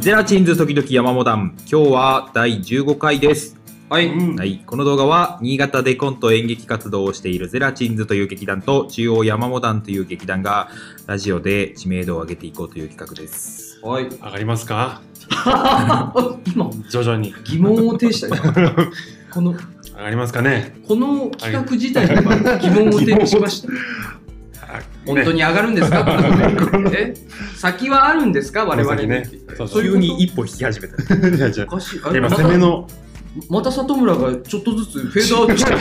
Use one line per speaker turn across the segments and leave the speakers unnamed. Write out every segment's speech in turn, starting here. ゼラチンズ時々山モダン今日は第15回です、
はい、うん
はい、この動画は新潟でコント演劇活動をしているゼラチンズという劇団と中央山モダンという劇団がラジオで知名度を上げていこうという企画です
はい。
上がりますか
今、
徐々に
疑問を呈した よ。この、
上がりますかね
この企画自体に今疑問を呈しま した。本当
に
に上がるんですかこの え先はあるんですか我々に。
ねそうそう
そうい
急
うこと
に一歩引き始めた
じゃあじゃ
おかしい。あ
あ
れ
今
また
攻めの
また里村がちょっとずつフェードアウト してる。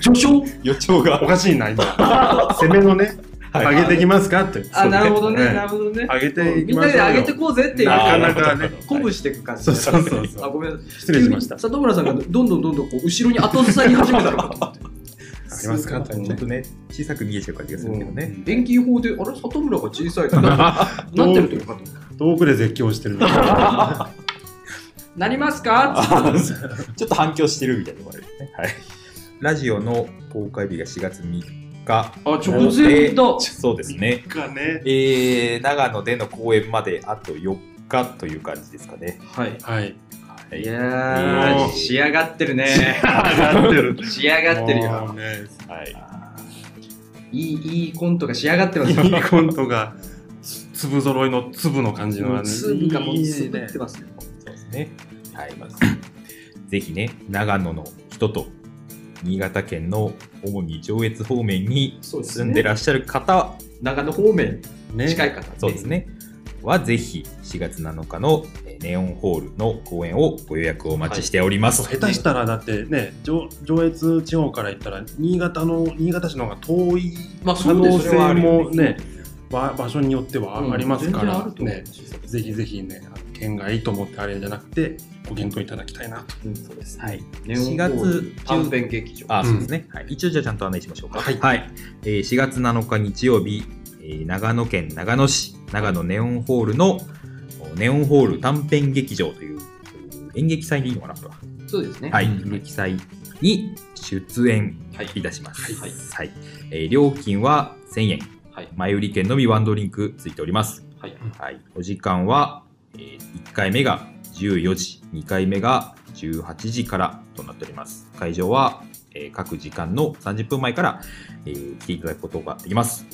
序章
予兆がおかしいな今 攻めのね上げていきますかと
あ、なるほどね、
ええ
なるほどね。
上げてい
み
き
んな
ま
で
しょうよ
上げてこうぜっていう。
なか
鼓
なかね
舞していく感じ。
そうそうそうそ
あ、
う
ごめんなさい。
失礼しまし
急
た
に里村さんがどんどんどんどんこう後ろに後ずさり始めたのかと思って。
ありますかと
ちょっとね小さく見えちゃう感じがするけどね、
遠近法で、あれ里村が小さいから、なってるというかと。
遠くで絶叫してる
なりますか
ちょっと反響してるみたいなのがある
ラジオの公開日が4月3日
あ、直前だ。
そうですね
かね
えー、長野での公演まであと4日という感じですかね
はい。
はい
いや
も
ー、
う
仕上がってるね。
上がってる
仕上がってるよ。
もうね
はい。
いい、いいコントが仕上がってますよ。
いいコントがつ粒揃いの粒の感じのあの
粒がもう
いい
つぶ
ね
ってますよ。
そうですね。はい。ぜひね、長野の人と、新潟県の主に上越方面に
そうです
住
ね
んでらっしゃる方、
長野方面
ね
近い方ね。
そうですね、はぜひ4月7日のえーネオンホールの公演をご予約をお待ちしております。
そう下手したらだってね上上越地方から行ったら新潟の新潟市の方が遠い
まあ、
可
そうで
能
す
性
よ。
もね場場所によっては
うん
ありますか
全然あ
ら
ると思う
ねぜひぜひねあの県がいいと思ってあれじゃなくてご検討いただきたいなと
そうです。
はい。
4
4
月
月
短編劇場。
あ、そうですね。はい、一応じゃあちゃんと案内しましょうか。
はい
えー4月7日日曜日、えー長野県長野市長野ネオンホールのおネオンホール短編劇場という演劇祭でいいのかなこれは。
そうですね。
はい、
うん
劇祭に出演いたします。
はい
はいえー料金は1000円、
はい
前売り券のみワンドリンクついております。
はい
はい、お時間は、え1回目が14時、2回目が18時からとなっております。会場は、えー各時間の30分前から、えー来ていただくことができます。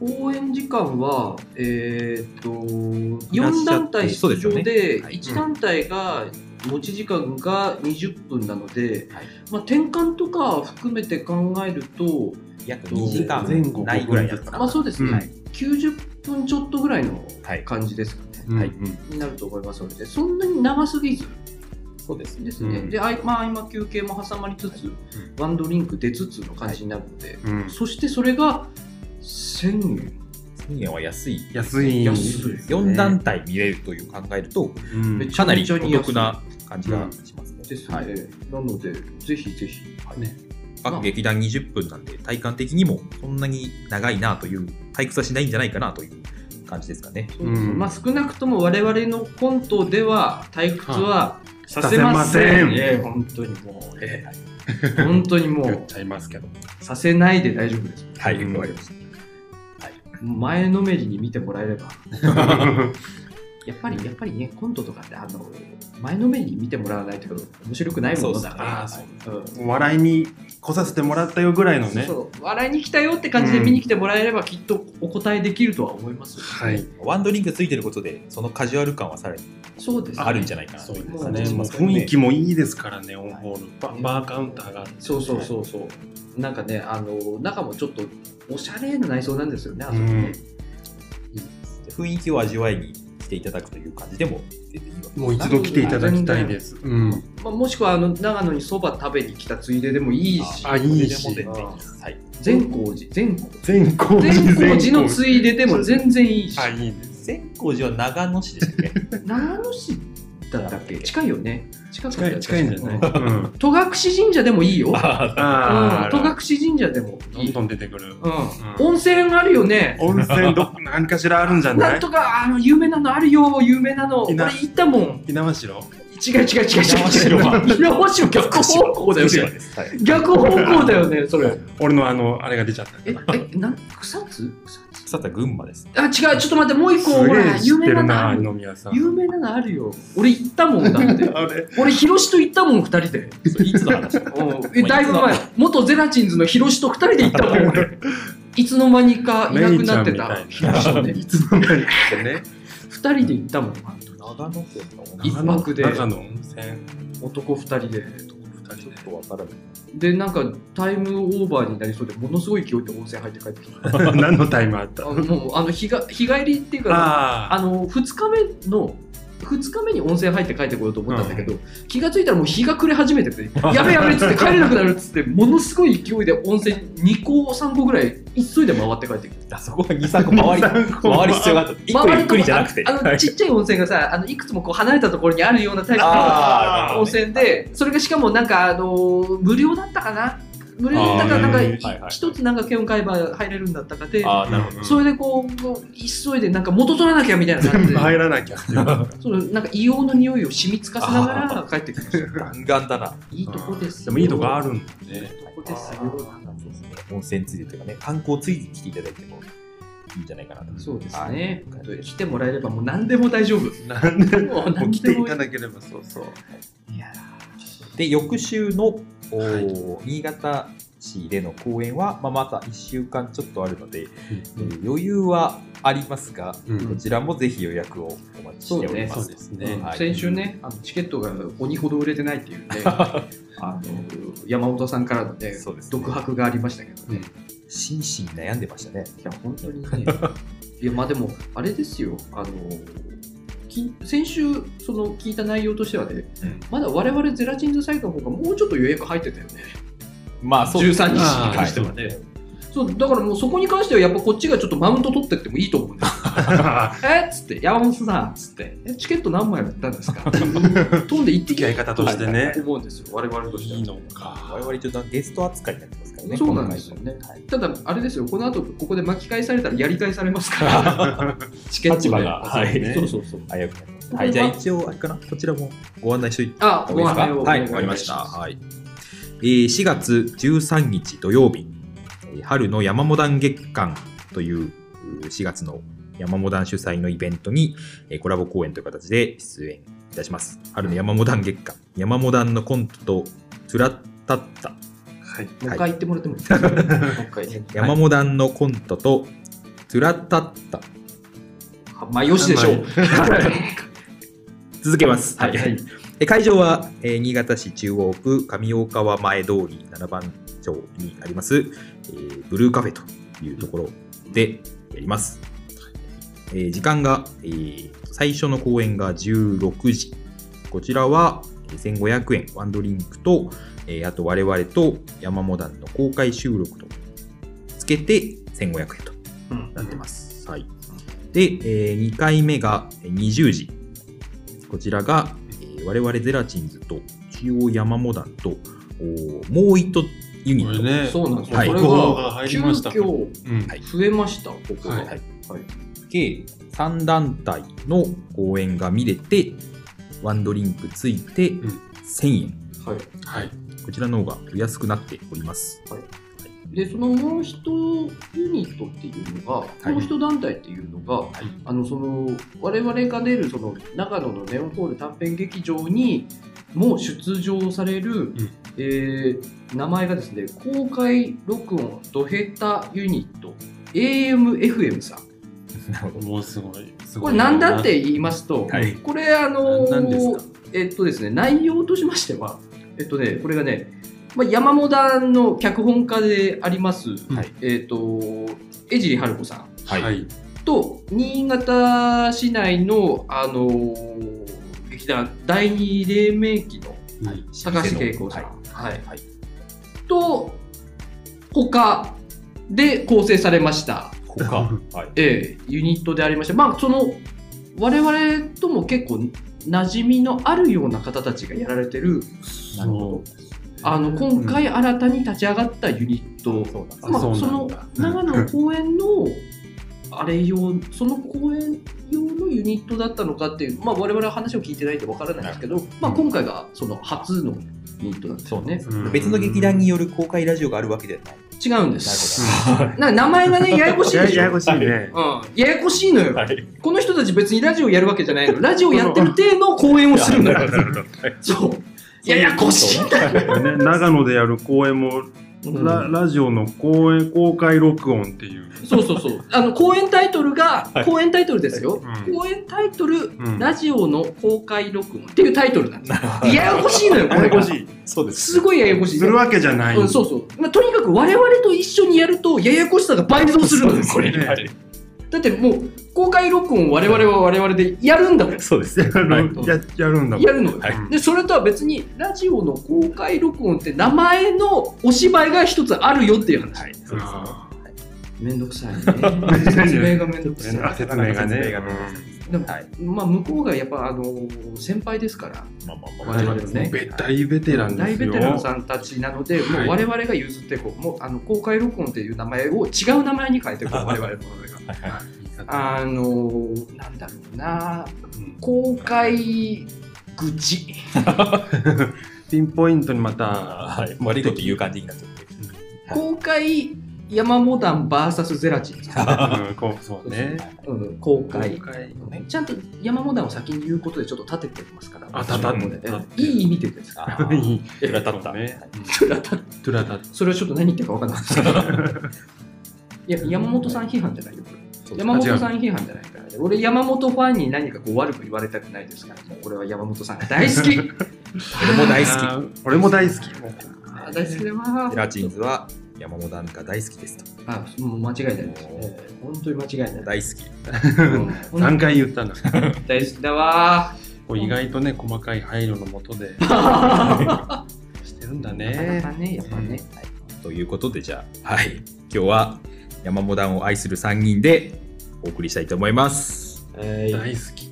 公演時間は、えーっと
いらっ
4
しゃって
団体
そう
出
ですよ
場
ね
で
はい
1団体が持ち時間が20分なので、
はい
まあ、転換とか含めて考えると、
約
2時間
ないぐらいだ
です
った
か
まあ、そうですね、
はい
90分ちょっとぐらいの
はい
感じですかね、
うん
はい
うん
になると思いますのでそんなに長すぎず
そうですね。
ですね、
うん
であいまあ、合間休憩も挟まりつつ、ワンドリンク出つつの感じになるので、
うん
そしてそれが1000円
1000円は安い。
安い
安いですね
4団体見れるという考えると、
うん
めっち
かなりお得な感じがしますね。
ですね、
はい、
なのでぜひぜひ
ね
各劇団20分なんで、体感的にもそんなに長いなという、退屈はしないんじゃないかなという感じですかね。
そうですね
うん
まあ、少なくとも我々のコントでは退屈はさせません,、
させません
ええ本当にもう、え
はい
え本当にも
言っ
う
ちゃいますけど
させないで大丈夫です
はい、
うん
わかりました。
前のめりに見てもらえれば
は
やっぱりやっぱりねコントとかってあの前のめりに見てもらわないと面白くないものだから
そうですね
うん
笑いに来させてもらったよぐらいのね
そう笑いに来たよって感じで見に来てもらえればきっとお答えできるとは思います、
はい
ワンドリンクついてることで、そのカジュアル感はさらに
そうですね
あるんじゃないかな
そ
とい
うで
う
す
感じ
ね
がし
もう
ます
雰囲気もいいですからねオンホールババーカウンターがあって
そうそうそうそう、なんかねあの中もちょっとおしゃれな内装なんですよねあそこね、
雰囲気を味わいにしていただくという感じでも全然いいわけです
もう一度来ていただきたいですうん
まあ、もしくはあの長野にそば食べに来たついででもいいし
あいいし
それでも全然いいですはい
善光寺善光
全光寺
善光寺の
全
ついででも全然いいし、
あいいです
善光寺は長野市です ね。
長野市だったっけ近いよね近かった
近
よ
い近いんじゃない、
うん戸隠神社でもいいよ、うん、戸
あー
隠神社でも
ど
いい
んどん出てくる。
うん、温泉あるよね
温泉ど何かしらあるんじゃな
ないんとかあの有名なのあるよ有名なの
いな
俺行ったもん
猪苗代
違う違う違う違う違う。稲穂市は逆方向だよ
福島
ね。
です。はい。
逆方向だよね、それ。
俺のあの、あれが出ちゃった。
え、え、なん、草津草津
草津は群馬です。
あ、違う、ちょっと待って、もう一個、
す
ほ
げ
ら、
え知
有
って
名なの
るな、
ある。
二宮さん。
有名なのあるよ。俺行ったもん だって。
あれ
俺、広志と行ったもん、二人で。
それいつの話
おうえだいぶ前、元ゼラチンズの広志と二人で行ったもん、 俺。いつの間にかいなくなってた
メ。イちゃんみ
広志とね、
いつの間にかってね。
二人で行ったもん、あの時
長野県の
一泊で
中の温泉、
男二人で。
二人で。
とわからない。
で、なんか、タイムオーバーになりそうで、ものすごい勢いで温泉入って帰ってきた。
何のタイムあった
あもう、あの、日が日帰りっていうか、
あ
あの2日目の2日目に温泉入って帰ってこようと思ったんだけど、気がついたらもう日が暮れ始めててやべやべっつって帰れなくなるっつってものすごい勢いで温泉2個3個ぐらい急いで回って帰ってくる
あそこは2、3個回り、回る必要があった。一個ゆっくりじゃなくて。
あのちっちゃい温泉がさあのいくつもこう離れたところにあるようなタイプの
あー
温泉でそれがしかもなんかあのー無料だったかな無料だったかな
あー
なん
はいは
か
い
一つなんか券を買えば入れるんだったかで
あ
あ
ーなるほど。
それでこうこう急いでなんか元取らなきゃみたい な感
全
じ
部
で
入らなきゃっていうか
そのなんか硫黄の匂いを染みつかせながら帰ってくる。
弾丸だな。
いいとこですよ。
でもいいとこあるん
い
で
い
ね。
とこですよ。
そうですね。 温泉ついでというかね、観光ついでに来ていただいてもいいんじゃないかなと。
そうです
はい
ね。本当に来てもらえればもう何でも大丈夫。
なんで
もう
もう
何
来
で
てい
も
ただければそうそう。
いや
で、翌週の、おー新潟市での公演は、まあ、また1週間ちょっとあるので、
うん
えー余裕はありますが、
うん
こちらもぜひ予約をお待ちしておりま
そう
す。
です
ー
ね。
はい
先週ね、あのチケットが鬼ほど売れてないって いうね、あの山本さんからのね
そうですね
独白がありましたけどね。
心身悩んでましたね。
いや本当にね。いやまあでもあれですよ。あのき先週その聞いた内容としてはね、
うん
まだ我々ゼラチンズサイトの方がもうちょっと予約入ってたよね。
まあ、そうですね
13日
に関
して
はね
い
そうだからもうそこに関してはやっぱこっちがちょっとマウント取ってってもいいと思うんです えっつって山本さんっつってえチケット何枚売ったんですか 飛んで行って
付
き
き
ゃ
合
い
い方としてね
と。思うんですよ我々として
い
はい
の か。
我々ちょっとゲスト扱いになってますからね。
そうなんですよね
今回も
ただあれですよこの後ここで巻き返されたらやり返されます からチケットで
立場が
そう
はい
ねそうそうそう
はい、危うくなりましたはい、じゃあ一応、あれかな、こちらもご案内しといて
あご案内を
は
お
い、
願い
わかりました。
ます
はい。えー4月13日土曜日、えー春の山モダン月間といううー4月の山モダン主催のイベントに、えーコラボ公演という形で出演いたします。春の山モダン月間、山モダンのコントと、つらったった、
はい。
もう一回言ってもらってもいいですかもう一回ね
山モダンのコントと、つらったった、
まあよしでしょう
続けます。
はいはい
えー会場は、えー新潟市中央区上大川前通り7番町にあります、えーブルーカフェというところでやります。えー時間が、えー最初の公演が16時。こちらはえー1500円、ワンドリンクと、えーあと我々と山モダンの公開収録とつけて1500円と
うん
なってます。はい。で、え2回目がえー20時。こちらが、えー我々ゼラチンズと中央山モダンと、おーもう一ユニ
こ
ッ
れ
ト。
ね。
そうなんですよ、
はい
これ
情報が
が
入
急
りましたから
遽
うん
はい
増えましたここが、
は
は
い
い
はい
計3団体の公演が見れて、ワンドリンクついて
ん
1000円。
はい
はい。
こちらの方がお安くなっております。
でそのもう一ユニットっていうのが、
い
もう一団体っていうのが、
い
あのその我々が出るその長野のネオンホール短編劇場にも出場される、
ん
えー名前がですね公開録音ドヘタユニット AMFM さん
もうすごい。す
こ
ごい
れ何だって言いますと、
はい
これあのー
何ですか
えっとですね内容としましてはえっとねこれがね、まあ、山モダンの脚本家であります、
はい
えっと江尻春子さん
はい
はい。
と新潟市内のあのー劇団第二黎明期の
はい。
高橋恵子さん、
は
はい
い。はい。
と他で構成されました
他、はい。
ええ、ユニットでありまして、まあ、その我々とも結構馴染みのあるような方たちがやられてる
なるほ
あの今回新たに立ち上がったユニット、
そうなんです。
まあ、
そう
そ
なん
の
だ
長野の公演のあれ用その公演用のいうユニットだったのかっていう、まあ、我々は話を聞いてないってわからないんですけど、まあ、今回がその初のユニットなんですよね。
うん
別の劇団による公開ラジオがあるわけではない。
違うんです。な名前がね、ややこしい
や
でしょ。
やこしい ね。
うん、ややこしいのよ、
はい
この人たち別にラジオやるわけじゃないのラジオやってる体の講演をする んだから
なるほど
そうややこしいんだよ、
ね長野でやる公演も、ララジオの公演公開録音っていう。
そうそうそうあの講演タイトルが、講演タイトルですよ、
うん
講演タイトル、
うん
ラジオの公開録音っていうタイトルなんですややこしいのよこ
や
れ
やこ
が
しい。
そうです
ごいややこしい
するわけじゃない。
うん、そうそう、まあ、とにかく我々と一緒にやるとややこしさが倍増するのよこ れ
ね
だってもう公開録音を我々は我々でやるんだもん
そうです。
やる
はい
ややるんだもん。
やるのよ、
はい
でそれとは別にラジオの公開録音って名前のお芝居が一つあるよっていう話、
はい、そうです。
あ
めんどくさいね説明がめんどく
ー
さ
あ
い
説明がね。
でも、
はい
まあ向こうがやっぱあの先輩ですから
まあまあまあ。
我々のね
ベ大ベテランで
大
す
ベ
よ。
テランさんたちなので、も
は
う
い
我々が譲ってこう、もうあの公開録音っていう名前を違う名前に変えてこう、我々の。
あ
あのー、なんだろうな、公開愚痴。
ピンポイントにまた。
はい。悪いこと言う感じになっ ちゃって。はい
公開山モダン VS ゼラチン。
うんこうそうね。
うん、公
公
開。
開
ちゃんと山モダンを先に言うことでちょっと立ててますから、
あ立たんのね
ええいい意味でですか
あ
い
ー
い
トゥラタッタ。
そうね
ら。立たん
トゥラタッ
それはちょっと何言ってるか分かんないですけど。い や、山本さん批判じゃないよ、これ山本さん批判じゃないからね。俺、山本ファンに何かこう悪く言われたくないですから、もう俺は山本さんが大好 き
俺も大好
あー俺も大好き。
あー大好きだわ
ゼ
ー
ラチンズは山本なんか大好きですと。
あ、もう間違いないですね。本当に間違いない。
大好き。
うん
三回言ったんだ。
大好きだわ
こう意外とね細かい配慮のもとでしてるん
ー。な
だ
か
ね。
なかね、やっぱね。はい
ということで、じゃあ、はい。今日は山本を愛する3人でお送りしたいと思います。
はい
大好き。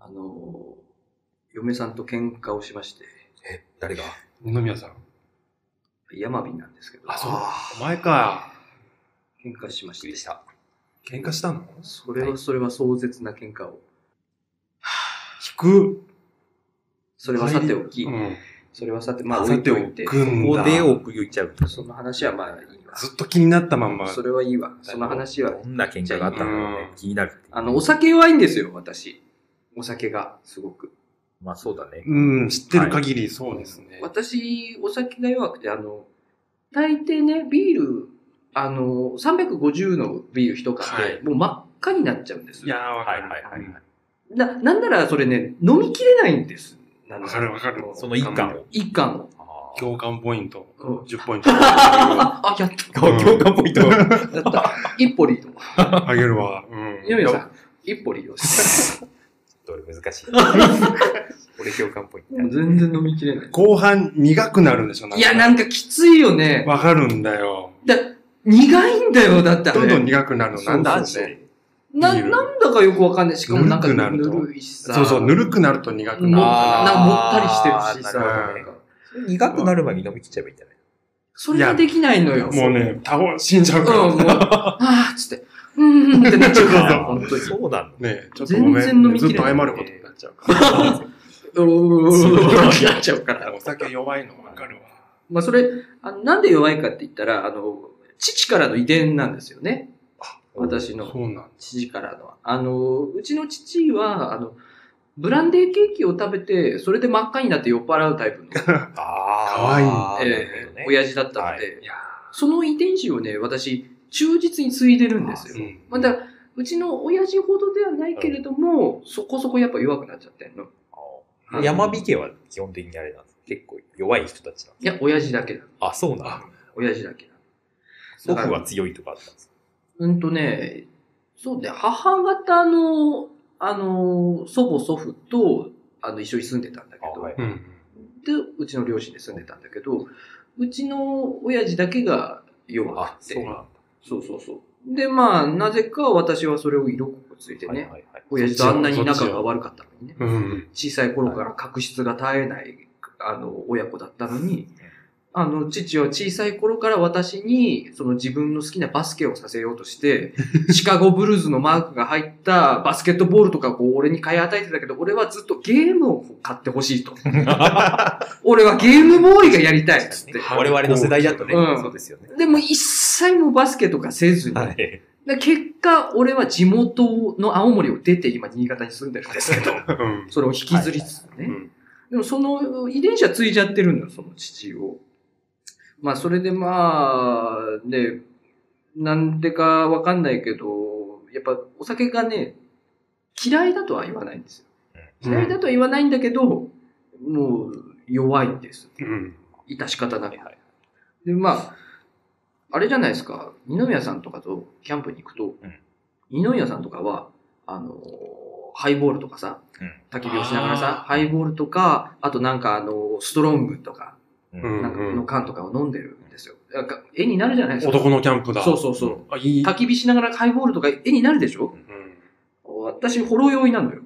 あのー、嫁さんと喧嘩をしまして、
誰が
二宮さん。
山火なんですけど、
お前か。
喧嘩しまして。
た。
喧嘩したの
それはそれは壮絶な喧嘩を。
引く。
それはさておき、
うん。
それはさて、まあ
さ
置い
て
と
お
いて、
くん
ここ
だ。
でお言っちゃう。
その話はまあいいわ。
ずっと気になったまんま。
それはいいわ。その話は。
どんな喧嘩があったのかね
うん
気になる。
あの、お酒弱いんですよ、私。お酒が、すごく。
まあそうだね。
うん、知ってる限りそうですね。
私、お酒が弱くて、あの、大抵ね、ビール、あの、350のビール一缶で、
はい
もう真っ赤になっちゃうんです
いやー、わかる。
はいはいはいはい
な、なんならそれね、飲みきれないんです。な
うんんわ
な
からるわかる。
その一巻を。
一缶を。
共感ポイント
うん。
10ポイント。
あ、やった。
うん
共感ポイント。
やった。一歩リード。
あげるわ。うん。
ヨミさん、一歩リードして。
どれ難 しい。俺共感ポイント。
全然飲みきれない。
後半苦くなるんでしょ
いや、なんかきついよね。
わかるんだよ。
だ苦いんだよ、だってあれ。
どんどん苦くなるの。
そう
なんだろう
そう
ね。
な、
ビール
なんだかよくわかんない。しかもなんか
ぬるくなると
ぬるいしさ。
そうそう、ぬるくなると苦く
も
な
なん
あ
かもったりしてるしさ。
あ
ーなるほどね
なんか
苦くなる前に飲み切っちゃえばいいんじゃない
それができないのよ。
る。もうね、倒、死んじゃ
う、
うんから。
もう、あーっつって、うーんってなっちゃうから、本当に。
そうなん
ねちょっとごめん。
全然飲みきれない
ずっと謝ることになっちゃうから。
う ーんってなっちゃうから。
お酒弱いのわかるわ。
まあ、それあの、なんで弱いかって言ったら、あの、父からの遺伝なんですよね。私の
そうなん
父からの。あの、うちの父は、あの、ブランデーケーキを食べて、それで真っ赤になって酔っ払うタイプの、
だ。あ
かわ
い
えー親父だったので、
いや
その遺伝子をね、私、忠実に継いでるんです
ーう
よ。
ん
まあだからうちの親父ほどではないけれども、そこそこやっぱ弱くなっちゃってんの。い
うん
山火家は基本的にあれなんです。結構弱い人たちなんです。
や、親父だけだ。
あ、そうなんだ
あ。
親父だけだ。だから
僕は強いとかあったんです。
うんとね、そうね、母方の、あの、祖母祖父と、あの、一緒に住んでたんだけ
あ
ど、
はい
うん。
で、うちの両親で住んでたんだけど、うちの親父だけが弱くて、
そうなんだ。
そうそうそう。で、まあ、なぜか私はそれを色濃くついてね、
はいはい
親父とあんなに仲が悪かったのにね、
うん。
小さい頃から確執が絶えない、あの、親子だったのに、あの、父は小さい頃から私に、その自分の好きなバスケをさせようとして、 シカゴブルーズのマークが入ったバスケットボールとかをこう俺に買い与えてたけど、俺はずっとゲームを買って ほしいと。 俺はゲームボーイがやりたいっつって。
我々の世代だとね、
うん
そうですよね。
でも一切もうバスケとかせずに、
はい。
で結果、俺は地元の青森を出て今新潟に住んでるんですけど、
うん
それを引きずりつつね。
うん
でもその遺伝子はついちゃってるんだよ、その父を。まあそれでまあ、ね、なんでかわかんないけど、やっぱお酒がね、嫌いだとは言わないんですよ。嫌いだとは言わないんだけど、もう弱いんです。
うん
致し方なく。で、まあ、あれじゃないですか、二宮さんとかとキャンプに行くと、
うん
二宮さんとかは、あのーハイボールとかさ、
うん
焚き火をしながらさ、
あー
ハイボールとか、あとなんかあのーストロングとか、
うん
なんかの缶とかを飲んでるんですよ。なんか絵になるじゃないですか。
男のキャンプだ。
そうそうそう。
あ、いい。
焚き火しながらハイボールとか絵になるでしょ私、ほろ酔いなのよ。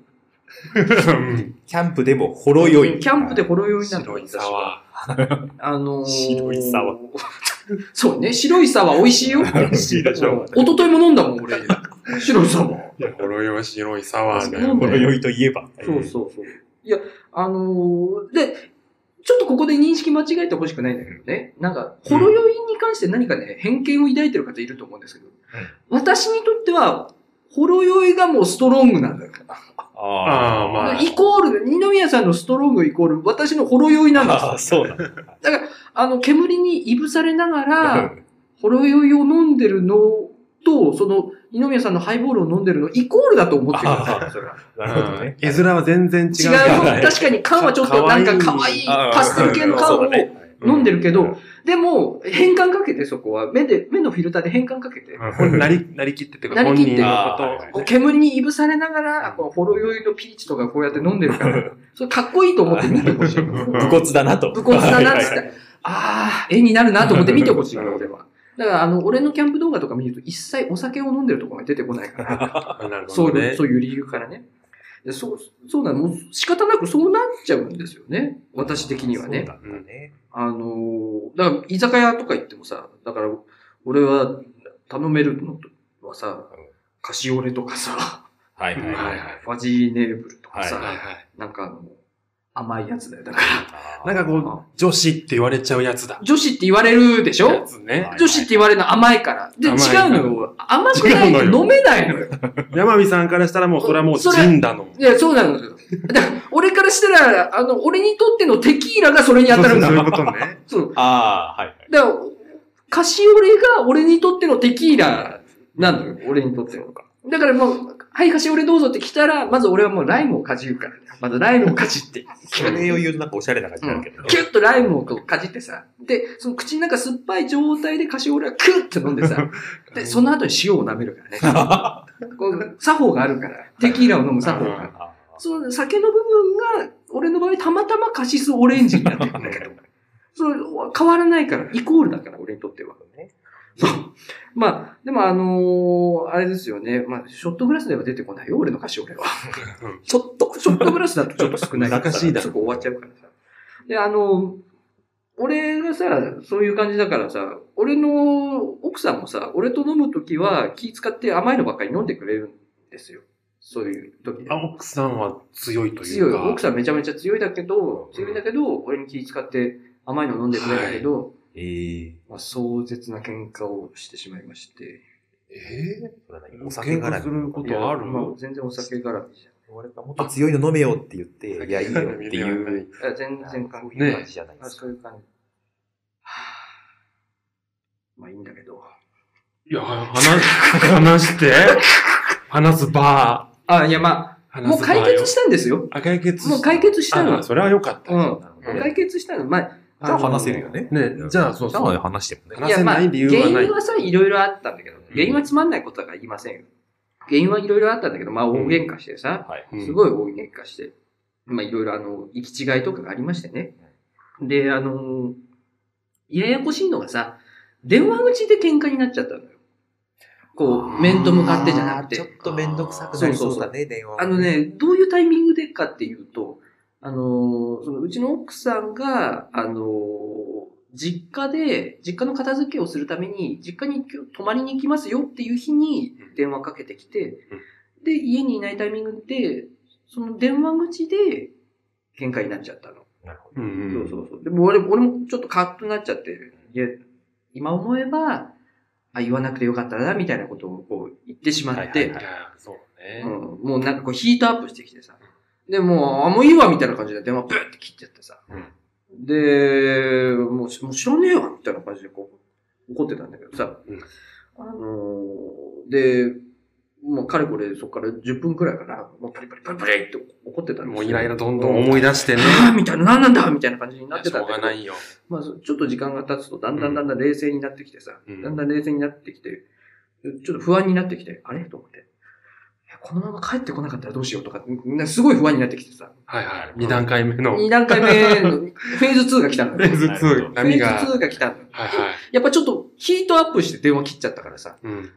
うん。
キャンプでもほろ酔い。
キャンプで
はい
ほろ酔いなの
白い
よ。
沢。
あのー、
白い沢。
そうね、白い沢美味しいよ。
美味しいでしょ
一昨日も飲んだもん、俺。白い沢。
いや、ほろ酔いは白い沢だ
な
よ。
んだ
ほ
よ
ろ酔いといえば。
そうそうそう。いや、あのーで、ちょっとここで認識間違えてほしくないんだけどね。なんか、ほろ酔いに関して何かね、偏見を抱いてる方いると思うんですけど、私にとっては、ほろ酔いがもうストロングなんだよ。
ああ、まあ。
イコール、二宮さんのストロングイコール、私のほろ酔いなんです
ああ、そうなんだ。
あの、煙にいぶされなが
う
ら、
ん
ほろ酔いを飲んでるのと、その、二宮さんのハイボールを飲んでるの、イコールだと思ってるんですよそれは
なるほど
うん
ね。
絵面は全然違
違
う。
うよ
はい
確かに缶はちょっとなんか可愛い
かわいい
パステル系の缶
そ
を
うだね
飲んでるけ
う
ど、でも変換かけてそこは、目で、目のフィルターで変換かけて、
これなり、なりきってっていうか、
な
本
りきっ
人
て
のこ
あー
と
こう煙にいぶされながら、こうほろ酔いのピーチとかこうやって飲んでるから、それかっこいいと思って見てほしい。
武骨だなと。
武骨だなっつっ
はいはい
て、あー、絵になるなと思って見てほしいの、俺は。だから、あの、俺のキャンプ動画とか見ると、一切お酒を飲んでるところが出てこないから。
あなる
そ
ほ
う
ど
いう、
ね
そ。ういう理由からね。でそう、そうなの、もう仕方なくそうなっちゃうんですよね。私的にはね。
そうなんだね
あのーだから居酒屋とか行ってもさ、だから、俺は頼めるのはさ
うん、
カシオレとかさ、
はいはいはいはい。
ファジーネーブルとかさ、
は
はいはい
なんかあの、甘いやつだよ。だから、
なんかこう、女子って言われちゃうやつだ。
女子って言われるでし
や
ょ
つね。
女子って言われるの甘いから。で、違う
甘いから
のよ。甘くない
違う
と
のよ
飲めないのよ。
山美さんからしたらもう、それはもう、
それ
人だの。
いや、そうなのよ。だから、俺からしたら、あの、俺にとってのテキーラがそれに当たるんだ
そう
よ。
いうことね。
そう。
ああ、はいはい。
だから、カシオレが俺にとってのテキーラなのよ。俺にとっての。だからもう、はい、カシオレどうぞって来たら、まず俺はもうライムをかじるからね。まずライムをかじって。
キャレーを言うとなんかおしゃれな感じになるけどね。
キュッとライムをこうかじってさ。で、その口の中酸っぱい状態でカシオレはクッと飲んでさ。で、その後に塩を舐めるからね。こう、作法があるから。テキーラを飲む作法がある。
あ
その酒の部分が、俺の場合、たまたまカシスオレンジになってるんだけど、 それ変わらないから、イコールだから、俺にとっては。そう。まあ、でもあのーあれですよね。まあ、ショットグラスでは出てこないよ、俺のカシオレは。ちょっと、ショットグラスだとちょっと少ない。
難しいだろ
そこ終わっちゃうからさ。で、あのー俺がさ、そういう感じだからさ、俺の奥さんもさ、俺と飲むときは気使って甘いのばっかり飲んでくれるんですよ。そういう時で
あ、奥さんは強いとい
強
う
い
か。
よ。奥
さ
さんめちゃめちゃ強いだけど、強いんだけど、俺に気使って甘いの飲んでくれないけど、
えー、
まあ、壮絶な喧嘩をしてしまいまして。
ん。え
それは何
ぇ
お酒
喧
が
嘩するこ
いや
とある
まあ、全然お酒絡みじ
俺がもっと強いの飲めよって言って、いや、いいよっていう。
う。
ゃん。あ全然
そ
関
う
係
い
ない。
う感じじゃないで
あ
すか。
そういう感じ。 はぁまあいいんだけど。
いや、話、話して。話すバ
あ、いやま
ー。
あ、もう解決したんですよ。
た。あ、解決
もう解決したの
あ。それはよかった。
う。
なんるほど
うん
ね
解決したの。まあ、
じゃあ話せるよね。
ね、じゃあ、そう
じゃ
そう
あ。話してもね。
いや
話せ
まあ
ない理由は
原
ない
因。はさ、いろいろあったんだけど、原因はつまんないことだから言いませんよ。原因はいろいろあったんだけど、まあ大喧嘩してさ、
はい。
うん
すごい大喧嘩して、まあいろいろあの、行き違いとかがありましてね。で、あのーややこしいのがさ、電話口で喧嘩になっちゃったのよ。こう、面と向かってじゃなく
あー
て。
ちょっとめんどくさくなりそうだね、電話
あの。ね、どういうタイミングでかっていうと、あのーそのうちの奥さんが、あのー実家で、実家の片付けをするために、実家に今日泊まりに行きますよっていう日に電話かけてきて、で、家にいないタイミングで、その電話口で喧嘩になっちゃったの。
うんうん
そうそうそう。でも俺俺もちょっとカッとなっちゃって、いや、今思えば、あ、言わなくてよかったな、みたいなことをこう言ってしまって、
はいはいはい
いやそうね
うん、もうなんかこうヒートアップしてきてさ、で、もう、あ、もういいわ、みたいな感じで電話ブーって切っちゃってさ、で、もうしもう知らねえわ、みたいな感じでこう、怒ってたんだけどさ、
うん
あのーで、もうかれこれそこから10分くらいかな、もうパリパリパリパリって怒ってたんですよ
もうイライラどんどん思い出してね。
はぁみたいな、なんなんだみたいな感じになって
した
ん
ょ
だ
う
け
が
ど
ないよ。
まあ、ちょっと時間が経つと、だんだんだんだん冷静になってきてさ、
うん
だんだん冷静になってきて、ちょっと不安になってきて、あれと思って。いやこのまま帰ってこなかったらどうしようとか、なすごい不安になってきてさ、
はいはい。二段階目の。
2段階目 の、フェーズ2が来たんだ
レ
よ。
ン
フ
ズ
なるほど
2、
ェー
波が。
ズ2が来たんだよ。
はいはい。
やっぱちょっとヒートアップして電話切っちゃったからさ、
うん。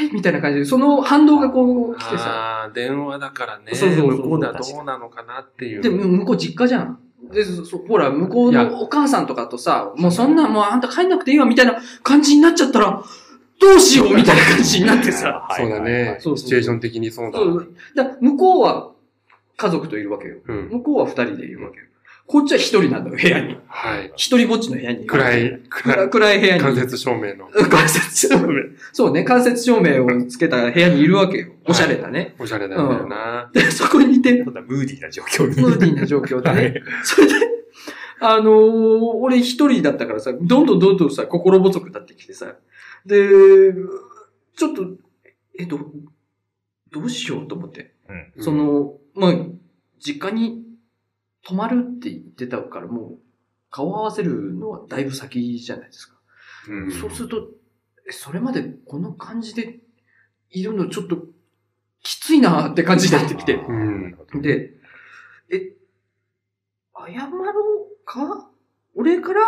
えみたいな感じで、その反動がこう来てさ、
ああ、電話だからね。
そうそうそうそう
向こうではどうなのかなっていう。
で、む向こう実家じゃん。で、そそほら、向こう
いや
のお母さんとかとさ、もうそんな、もうあんた帰んなくていいわ、みたいな感じになっちゃったら、どうしよう、みたいな感じになってさ。
はい
そうだね。
そうそう
シチュエーション的にそうだ。
そうだ向こうは家族といるわけよ。
うん。
向こうは二人でいるわけよ。こっちは一人なんだよ、部屋に。
はい。
一人ぼっちの部屋に。
暗い、暗
暗
い
い。暗い部屋に。
間接照明の
うん間接照明。そうね、間接照明をつけた部屋にいるわけよ。おしゃれだね。
おしゃれなんだよな。
で、そこにい て、
そんなムーディーな状況に。
ムーディーな状況で
は
ね。
い
それで、あのー俺一人だったからさ、どんどんどんどんさ、心細くなってきてさ、で、ちょっと、えっと、どうしようと思って。
うん
その、まあ、実家に泊まるって言ってたから、もう、顔合わせるのはだいぶ先じゃないですか。
うん、
そうすると、えそれまでこの感じでいるのちょっときついなって感じになってきて。
うん、
で、え、謝ろうか俺から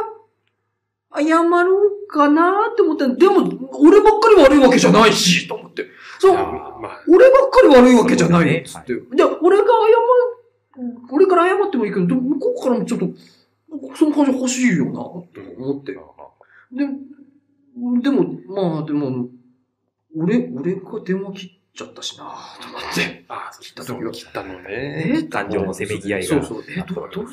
謝ろうかなって思ったでも、俺ばっかり悪いわけじゃないし、と思って。
い
そ
や
う、
まあ、
俺ばっかり悪いわけじゃない
そう
よ
で
っ
す
つ
ね
って。で、俺が謝る、俺から謝ってもいいけど、でも向こうからもちょっと、その感じ欲しいよな、と思って。で、でも、まあ、でも、俺、俺が電話切っちゃったしな、と思って。
あ
切った
そう切ったのね。
え
感情のせめぎ合いが。
そうそう。え、
あった
ど
わ
う
け
ど
で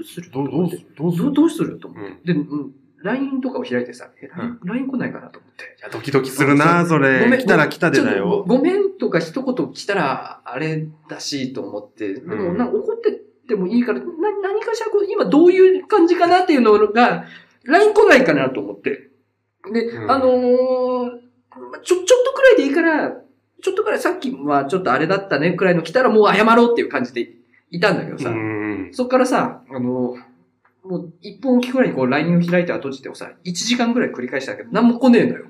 う
す
す
ね
るどうする
どう、どうするどうす
ど
る
うどうすると思
う
っ
ん。
て。
い
で、うん。LINE とかを開いてさ、え、LINE、LINE 来ないかなと思って。
や、ドキドキするな、そ
ごめ
れ。
ん
来たら来たでだ
ちょっと
よ。
ごごめんとか一言来たら、あれだしと思って、で
う
も、
ん
なんか怒っててもいいから、な、何かしらこう、今どういう感じかなっていうのが、LINE 来ないかなと思って。で、
うん
あのーまちょ、ちょっとくらいでいいから、ちょっとくらいさっきはちょっとあれだったねくらいの来たらもう謝ろうっていう感じでいたんだけど
う
さ、
ん。
そっからさ、あの、もう一本おきくらいにこう LINE を開いては閉じてをさ、1時間くらい繰り返したけど、何も来ねえのよ。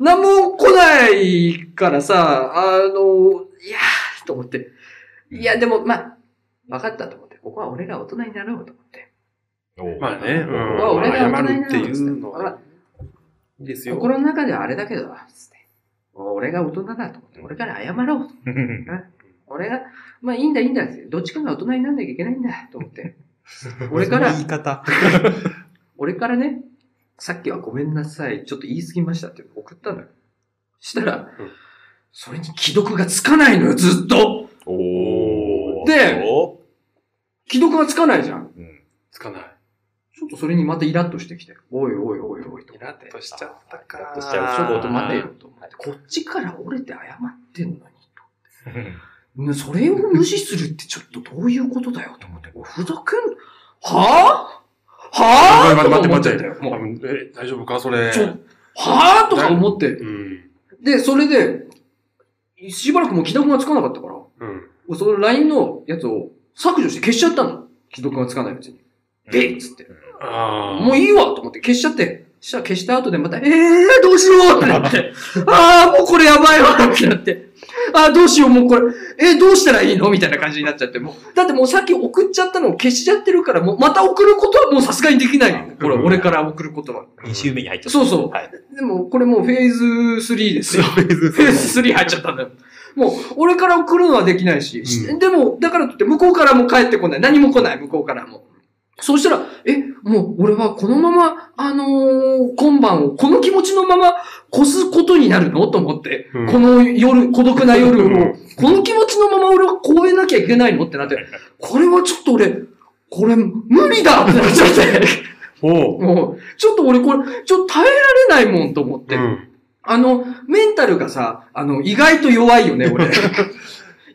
何も来ないからさ、あの、いやーと思って。いや、でも、まあ、わかったと思って。ここは俺が大人になろうと思って。
まあね、
う
う
ん
ん。
わ俺が
謝
大人に
る
な
って
るん
い
ですね
うのはいいですよ。
心の中ではあれだけど、つって。俺が大人だと思って。俺から謝ろうと。俺が、まあいいんだいいんだって。どっちかが大人にならなきゃいけないんだと思って。俺から、
言い方。
俺からね、さっきはごめんなさい、ちょっと言い過ぎましたって送ったのよ。したら、
うん
それに既読がつかないのよ、ずっと
おー
で既読がつかないじゃん。
うん
つかない。
ちょっとそれにまたイラッとしてきて、おいおいおいおいと思
イラ
っ
ッ
て、
としちゃったか。
イラッとしちゃう
ちょっと待てよ
よ。
と思って、こっちから折れて謝ってんのに、ねそれを無視するってちょっとどういうことだよと思って、おふざけん、はぁはぁ
待って待って
と
待
か
って。
思
も
っ
う
て
え、大丈夫かそれ。
ちょはぁとか思って、
うん。
で、それで、しばらくもう既読がつかなかったから、
うん。
俺その LINE のやつを削除して消しちゃったの。既読がつかないうちに。えっつって。
ああ。
もういいわと思って消しちゃって。したら消した後でまた、えー、どうしようってなって。あー、もうこれやばいわってなって。あー、どうしよう、もうこれ。えー、どうしたらいいのみたいな感じになっちゃって。もうだってもうさっき送っちゃったのを消しちゃってるから、もうまた送ることはもうさすがにできないよ。これ、俺から送ることは。
2週目に入っちゃった。
そうそう
はい。
でも、これもうフェーズ3ですよ。
フェーズ
フェーズ3入っちゃったんだよ。もう、俺から送るのはできないし、
うん
でも、だからといって向こうからも帰ってこない。何も来ない、向こうからも。そうしたら、え、もう俺はこのまま、あのー今晩を、この気持ちのまま越すことになるのと思って、
うん
この夜、孤独な夜 を、この気持ちのまま俺は越えなきゃいけないのってなって、これはちょっと俺、これ無理だってなっちゃって、
おう。
もう、ちょっと俺これ、ちょっと耐えられないもんと思って、
うん。
あの、メンタルがさ、あの、意外と弱いよね、 俺。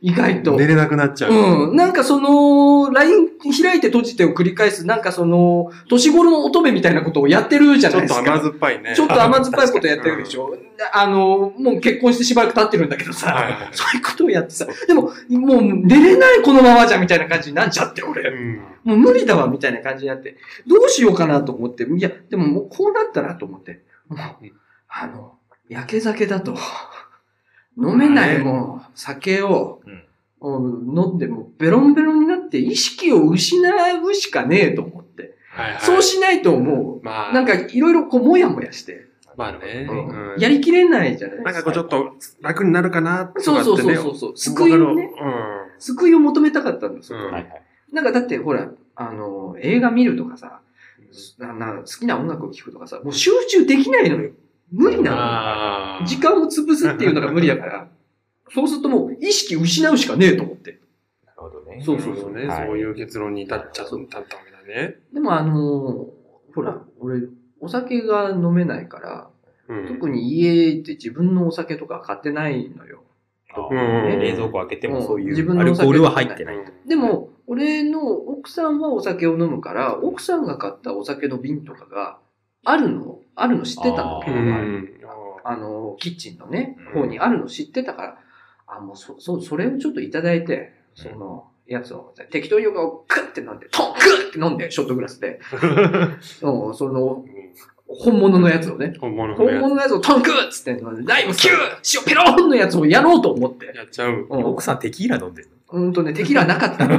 意外と。
寝れなくなっちゃう。
うん。なんかその、LINE 開いて閉じてを繰り返す、なんかその、年頃の乙女みたいなことをやってるじゃ
ち
ない
ょっ
です
と
か。
甘酸っぱいね。
ちょっと甘酸っぱいことやってるでしょ。あの、もう結婚してしばらく経ってるんだけどさ、
はいはいはい
そういうことをやってさ、でも、もう寝れないこのままじゃみたいな感じになっちゃって、俺。
うん。
もう無理だわ、みたいな感じになって、どうしようかなと思って、いや、でももうこうなったらと思って、もう
うん、
あの、焼け酒だと、飲めな
まあ
い
ね
もう、酒を
うん、
うん飲んでもベロンベロンになって意識を失うしかねえと思って、
はいはい。
そうしないとも
ま
う、
あ、
なんかいろいろこうもやもやして、
まあね。
うん
うん
やりきれないじゃないです
な
か
ん。かこうちょっと楽になるかなとかってね。
そうそうそうそうそう、
わ
救
か
い
る
をね、
うん。
救いを求めたかったんですよ。
う
は
ん
いはい。
なんかだってほら、あの、映画見るとかさ、なな好きな音楽を聴くとかさ、もう集中できないのよ。無理な
あ
の。
ー
時間を潰すっていうのが無理だから。 そうするともう意識失うしかねえと思って。
なるほどね。
そ
そうう
そ
そうう
そ
そううね。
はい
そういう結論に至っちゃったわけだね。
でもあのーほら、俺、お酒が飲めないから、
うん。
特に家って自分のお酒とか買ってないのよ。
あー
うん
冷蔵庫開けてもそうい
うん自分
う
の
アルコールは入ってない。
でも、俺の奥さんはお酒を飲むから、奥さんが買ったお酒の瓶とかがあるの、あるの知ってたの。
あ
う
ー
ん。
あの、キッチンのね
う、ん
方にあるの知ってたから、あ、もうそ、そ、それをちょっといただいて、その、やつを、適当にこう、クッて飲んで、トンクッて飲んで、ショットグラスで。うんその、本物のやつをね。
本物
本
のや
物のやつをトンクッつって、ライムキュー塩ペロンのやつをやろうと思って
つ。やっちゃう。
うん
奥さんテキーラ飲んでる
うんとね、テキーラはなかった。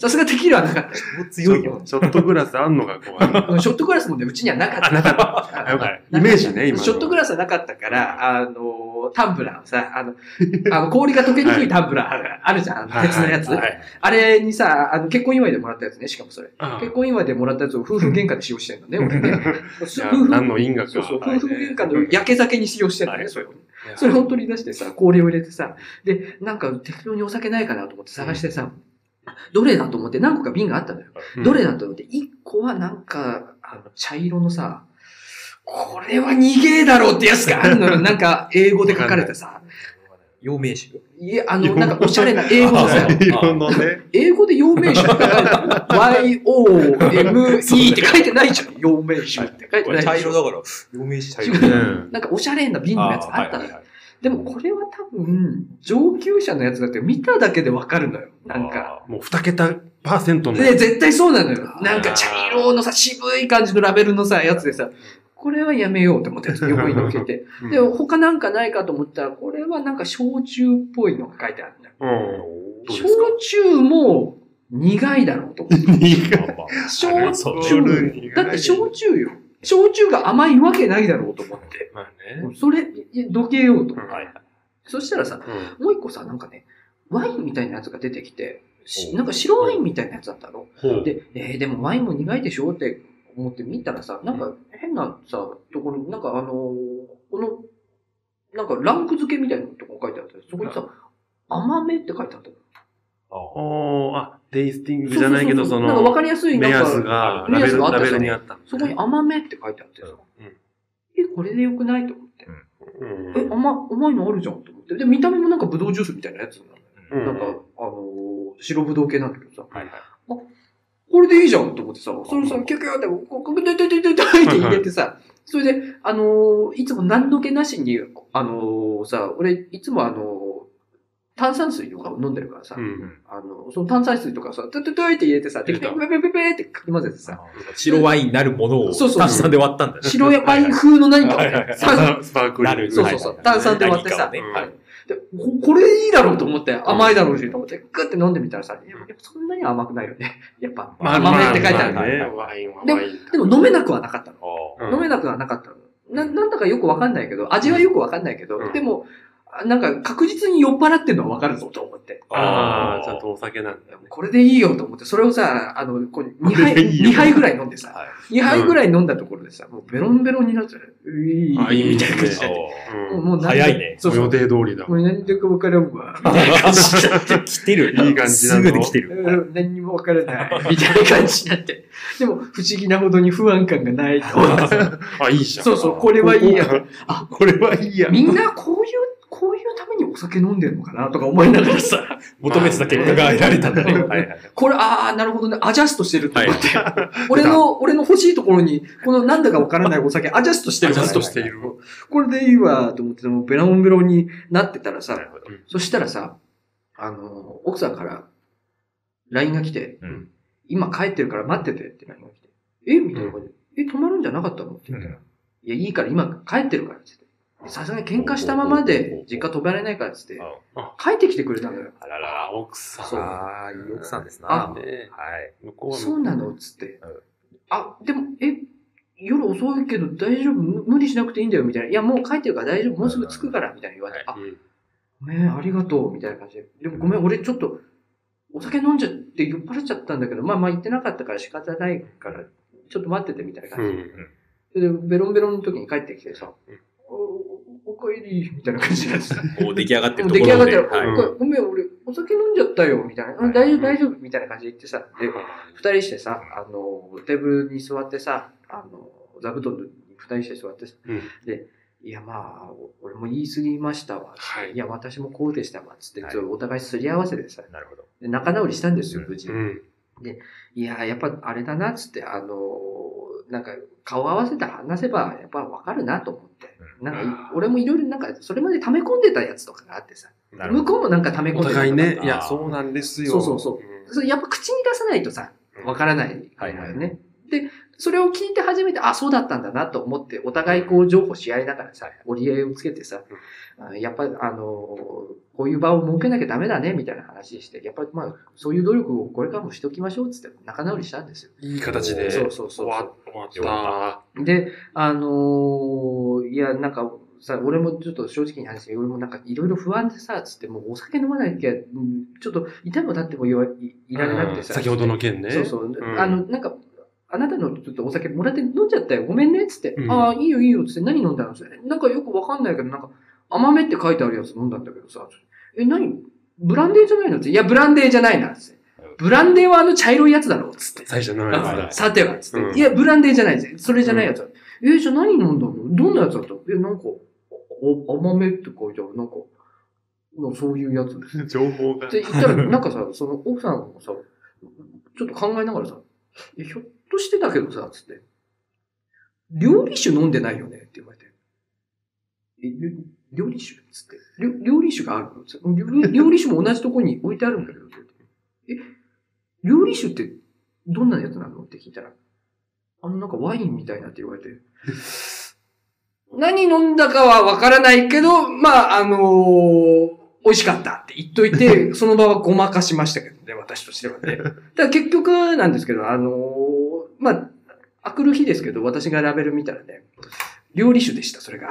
さすがテキーラはなかった。
の。強い
ちょ
よ。
っとショットグラスあんのがこうある。
うんショットグラスもね、うちにはなかった。なか
あよかったイメージね、今の。
ショットグラスはなかったから、あの、タンブラーをさ、あの、 あの氷が溶けにくいタンブラーあるあるじゃん、あの
はい
鉄のやつ。
はい。
あれにさ、あの、結婚祝いでもらったやつね、しかもそれ。
あ
結婚祝いでもらったやつを夫婦喧嘩で使用してんのね、俺ね。夫
いや
婦、
何の因果か。
そうそう、夫
はい
婦喧嘩の焼け酒に使用してんの
は
ね、
い
それをね。それ
いや
を取り出してさ、氷を入れてさ、で、なんか適当にお酒ないかなと思って探してさ、どれだと思って何個か瓶があったのよ。どれだと思って、1個はなんか、あの、茶色のさ、これは逃げだろうってやつがあるの よ。なんか、英語で書かれてさ。
陽明酒
いや、あの、なんかおしゃれな英語の
だ
さ
よ、
いろんなね。
英語で陽明酒って書かれてる。YOME って書いてないじゃん。陽明酒って書いてないでしょ
茶色だから、陽明酒茶
違
色
う
だよ。
うん
なんかおしゃれな瓶のやつあったの
は
よ。
いはいはい
でもこれは多分、上級者のやつだって見ただけでわかるのよ。なんか。
あ
もう二桁パーセントの。
で、絶対そうなのよ。なんか茶色のさ、渋い感じのラベルのさ、やつでさ、これはやめようと思って、横に乗っけて。
うん
で、他なんかないかと思ったら、これはなんか焼酎っぽいのが書いてあるんだよ。
うんどう
焼
ですか
酎も苦いだろうと思 って。
ーまあまあ
焼
そう
酎、だって焼酎よ。焼酎が甘いわけないだろうと思って。
まあね。
それ、いやどけようと思って。
はいはい
そしたらさ、
うん
もう一個さ、なんかね、ワインみたいなやつが出てきて、し
おう
なんか白ワインみたいなやつだったの。
ほう。
で、えーでもワインも苦いでしょって思って見たらさ、なんか変なさ、ところに、なんかあのーこの、なんかランク付けみたいなとこ書いてあったよそこにさ、甘めって書いてあったの。
あ
おーあ、デイスティングじゃないけ
そう
ど、そ
そうそうなんかわ
の、
かりやすい、
目
なん
安
か、
が、
目
ラベ
安
ル
があった
ラ
じゃん
ベルにあった。
そこに甘めって書いてあってさ、
うん
え、これでよくないと思って。
うん
え、甘、甘いのあるじゃんと思って。で、見た目もなんかブドウジュースみたいなやつなの
ー
よ。
うん
なんか、あのー白ブドウ系なんだけどさ、
はいはい
これでいいじゃんと思ってさ、それさ、キュキュって、ここ、でででででって入れてさ、それで、あのーいつも何の気なしに、あのーさ、俺、いつもあのー炭酸水とかを飲んでるからさ、
うん
あの、その炭酸水とかさ、トゥトゥトゥって入れてさ、適当にペペペペペってかき混ぜてさ、
白ワインなるものを
そうそう
炭酸で割ったんだね
白ワイン風の何かを
はいはいは
ね、
い
さん
スパークリン
な
グ。
る
そうそうそう、炭酸で割って
何かを
さ、
ね
うん
はい
でここれいいだろうと思って、甘いだろうしと思って、グッて飲んでみたらさ、いややっぱそんなに甘くないよね。やっぱ、
まあ
甘めって書いてある
まあまあ
ね。
ね。ワインはワイン。
でも飲めなくはなかったの。
あー
うん
飲めなくはなかったの。な、なんだかよくわかんないけど、味はよくわかんないけど、
うん
でも、なんか確実に酔っ払ってるのはわかるぞと思って。
ああ、ちゃんとお酒なんだよね。
これでいいよと思って、それをさ、あの、こう2杯、
これでいいよ
二杯ぐらい飲んでさ、
はい。
2杯ぐらい飲んだところでさ、もうベロンベロンになっちゃう。うい
あいいみたいな感じ
おー
う
もうんもう何
早いね
そうそう。
予
も
定通りだ。
う何でか分からんわ。 みたいな感じになって
来てる。
いい感じな
す
の
ぐできてる。
うん何にも分からない。みたいな感じになって。でも、不思議なほどに不安感がな いと思って。
あ、いいじゃん。
そうそう、これはいいや。。あ
これはいいや。
みんなこういう、こういうためにお酒飲んでるのかなとか思いながらさ、
求めてた結果が得られたんだね。はいはい。
これ、ああ、なるほどね、アジャストしてると思って。俺の、俺の欲しいところに、このなんだかわからないお酒、アジャストしてるから
アジャストしている。
これでいいわ、と思って、もうベロンベロンになってたらさ、そしたらさ、あの、奥さんから LINE が来て、
うん
今帰ってるから待っててって LINE が来て、えみたいな感じで、え、泊まるんじゃなかったのって言ったら、いや、いいから今帰ってるからって言って、さすがに喧嘩したままで実家飛ばれないからって言って、帰ってきてくれたのよ。
あら
あ
ら。
ー、奥さん。
そう
ああ、いい奥さんですな。
あ
は
ね
い。
え向こう
そうなのっつって
うん。
あ、でも、え、夜遅いけど大丈夫む無理しなくていいんだよみたいな。いや、もう帰ってるから大丈夫。もうすぐ着くからみたいな言われて。あ、
うん
ごめん、ありがとうみたいな感じで。でもごめん、俺ちょっと、お酒飲んじゃって酔っ払っちゃったんだけど、まあまあ言ってなかったから仕方ないから、ちょっと待っててみたいな感じで。それで、ベロンベロンの時に帰ってきてさ、
うん
お、おお帰り、みたいな感じになってさ、も
もう出来上がってる
う
とこ
出来上が
ろ
って
で。
る、
はい
おごめん、俺、お酒飲んじゃったよ、みたいな、うん大丈夫、大丈夫、みたいな感じで言ってさ、で、二人してさ、あの、テーブルに座ってさ、あの、座布団に二人して座ってさ、
うん
で、いやまあ、お俺も言い過ぎましたわ。
はい
いや、私もこうでしたわ。つって、
はい
ちょお互いすり合わせてさ、
なるほど。
で仲直りしたんですよ、
うん
無事
う。ん。
いや、やっぱあれだな、つって、あの、なんか、顔合わせて話せば、やっぱわかるなと思って。なんかい、俺もいろいろ、なんか、それまで溜め込んでたやつとかがあってさ、
なるほ
向
ど。
こうもなんか溜め込ん
お
でたとか
互いね。い
あ
や、
ー
そうなんですよ。
そうそうそう。
う
それやっぱ口に出さないとさ、
うん
わからないか
は
ら
い
ね、
はい
で、それを聞いて初めて、あ、そうだったんだなと思って、お互いこう、譲歩し合いながらさ、折り合いをつけてさ、あやっぱ、あのー、こういう場を設けなきゃダメだね、みたいな話して、やっぱりまあ、そういう努力をこれからもしておきましょう、つって仲直りしたんですよ。
いい形で。
そうそうそうそう
終わ終わっ
で、あのーいや、なんか、さ、俺もちょっと正直に話して、俺もなんかいろいろ不安でさ、つって、もうお酒飲まなきゃ、うんちょっと痛みも立ってもいわいい
た。
られなくて
うん
さ、
先ほどの件ね。
そうそう。
ん
あの、なんか、あなたのちょっとお酒もらって飲んじゃったよ。ごめんねっつって。
うん
ああ、いいよいいよっつって何飲んだのそれなんかよくわかんないけど、なんか、甘めって書いてあるやつ飲んだんだけどさ。え、何ブランデーじゃないのつって。いや、ブランデーじゃないなっつって。ブランデーはあの茶色いやつだろっつって。
最初のやつ
はい
だ。
さてはっつって。
うん
いや、ブランデーじゃないぜ。それじゃないやつだ。え、じゃあ何飲んだのどんなやつだったのえ、なんか、おお甘めって書いてある。なんか、なんかそういうやつ。
情報が
っ。て言ったら、なんかさ、その奥さんもさ、ちょっと考えながらさ、いやひょっとしてだけどさ、つって、料理酒飲んでないよねって言われて。え、り料理酒つって。りょ料理酒があるのつって料料理酒も同じとこに置いてあるんだけどって言って。え、料理酒ってどんなやつなのって聞いたら、あのなんかワインみたいなって言われて。何飲んだかはわからないけど、まあ、あのー美味しかったって言っとい て、その場はごまかしましたけどね、私としてはね。だから結局なんですけど、あのーまあ、あくる日ですけど、私がラベル見たらね、料理酒でした、それが。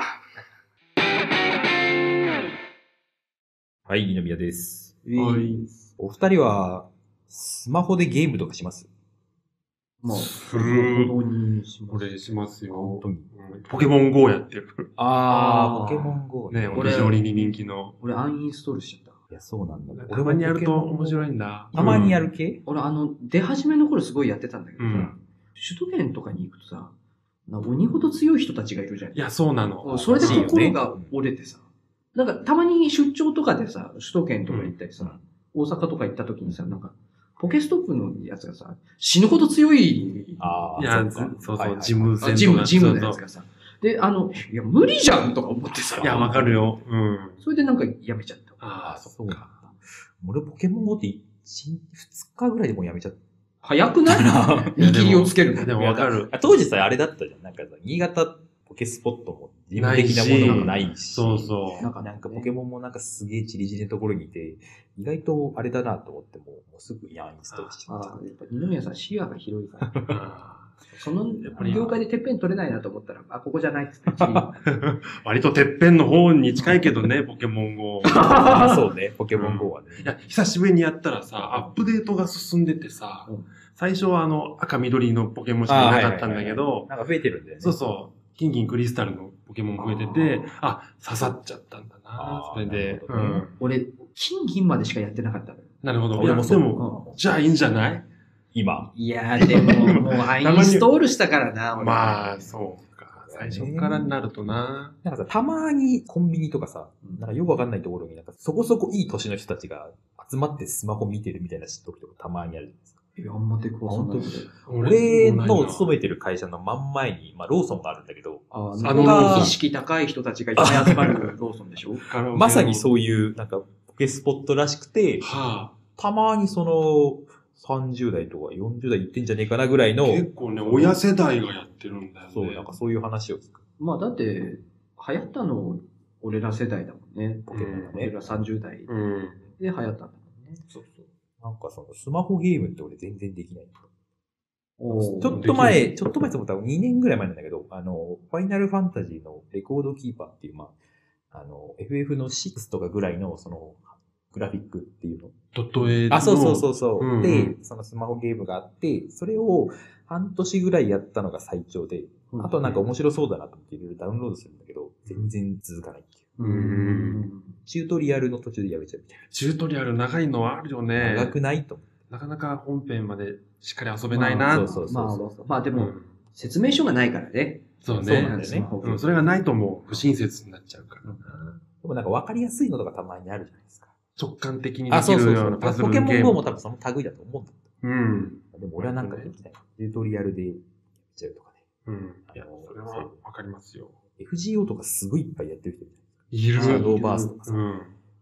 はい、二宮です。
はい
お二人は、スマホでゲームとかします
もう、
する
ほどにし
こ
ます。
れしますよ
本。当に。
ポケモン GO やってる。
あ
あー
あ、ポケモン GO
ね、
これ
俺非常に人気の。
俺アンインストールしちゃった。
いや、そうなんだ。
たまにやると面
い。
白いんだ。
たまにやる系
俺あの、出始めの頃すごいやってたんだけどさ、
うん
首都圏とかに行くとさ、な鬼ほど強い人たちがいるじゃん
い。や、そうなの。
うんそれで
欲しいよ
心
ね
が折れてさ、なんかたまに出張とかでさ、首都圏とか行ったりさ、大阪とか行った時にさ、なんか、ポケストップのやつがさ、死ぬほど強い、
ああ、
いや、
っ
ず
か
そう
はい
そ
は
う、
い
ジム戦
あ
とか
ジム、ジムのや
そう
つ
そ
がさ、で、あの、いや、無理じゃんとか思ってさ
う、いや、わかるよ。うん。
それでなんかやめちゃった。
あ
あ
あ、そうなんだ。俺、ポケモン GO って1、2日ぐらいでもうやめちゃっ
早くない
たな。
見切りをつける
あ
の。
でもわかる。
あ当時さ、あれだったじゃん。なんかさ、新潟ポケスポットも、自分的なものもないし。
そうそ
なん
う。
かね
なんかポケモンもなんかすげえチリチリのところにいて、意外とあれだなと思っても、もうすぐインストールしちゃっ
ああ、やっぱ二宮さん視野が広いから。
あ
その
やっぱり
業界でてっぺん取れないなと思ったら、あ、ここじゃないっつって一位
割とてっぺんの方に近いけど ね、ポケモン GO。
まあそうね、ポケモン GO はね。
いや、久しぶりにやったらさ、アップデートが進んでてさ、
うん
最初はあの、赤緑のポケモンしかいなかったんだけど、
なんか増えてるんだよね。
そうそう、金銀クリスタルのポケモン増えてて、あ刺さっちゃったんだな
あ、ー
それで。
なるほどね
うん
俺、金銀までしかやってなかったのよ
なるほど。
俺もそう
いやでも、じゃあいいんじゃない
今。
いやー、でも、 もう、アインストールしたからな、俺
まあ、そうか。最初からになるとな。
なんかさ、たまにコンビニとかさ、なんかよくわかんないところになんかそこそこいい年の人たちが集まってスマホ見てるみたいな時とかたまにあるじゃないですか。
いや、あんま手こわさない。
俺の
そ
勤めてる会社の真ん前に、まあローソンがあるんだけど、
あの
あのローソン
意識高い人たちがいっぱい集まるローソンでしょ
まさに
う。
そういうなんかポケスポットらしくて、
は
たまにその30代とか40代行ってんじゃねえかなぐらい
あ、
の、
結構ね、親世代がやってるんだよね。
そう、なんかそういう話を聞く。
まあ、だって、流行ったの、俺ら世代だもんね。
ポケモンが
俺
ね。
ら30代で
うん。
流行ったんだもんね。
そうそう。なんかそのスマホゲームって俺全然できない。
お
ちょっと前、ちょっと前と思ったら2年ぐらい前なんだけど、あの、ファイナルファンタジーのレコードキーパーっていう、まあ、あの、FF の6とかぐらいの、その、グラフィックっていうの。
ドット絵の
あ、そうそうそうそう、
うんうん
で、そのスマホゲームがあって、それを半年ぐらいやったのが最長で、あとなんか面白そうだなと思っていろいろダウンロードするんだけど、全然続かないっていう。
う。
うんん。
チュートリアルの途中でやめちゃうみたい
チュートリアル長いのはあるよ
な。
ね。
長くないと思
なかなか本編までしっかり遊べないな。
まあそうそう
まあ、まあで
う
も、
ん
説明書がないからね。
そ
そ
う
うな
ね
ん。だよね
うん、それがないともう不親切になっちゃうから。
う。でもなんか分かりやすいのとかたまにあるじゃないですか。
直感的にで
あ、
き
そうそ
る
う
よ
そう
な
う。
パズ
ポ
ルゲ
ケ
ーム。
モン GO も多分その類だと思うんだけど
うん。
でも俺はなんかできない。チュートリアルでやっちゃうとかね。
うん。いや
あ、の
それはわかりますよ。
FGO とかすごいいっぱいやってる人いる。
いる。
シャ
う
ドーバースとかさ
う。ん。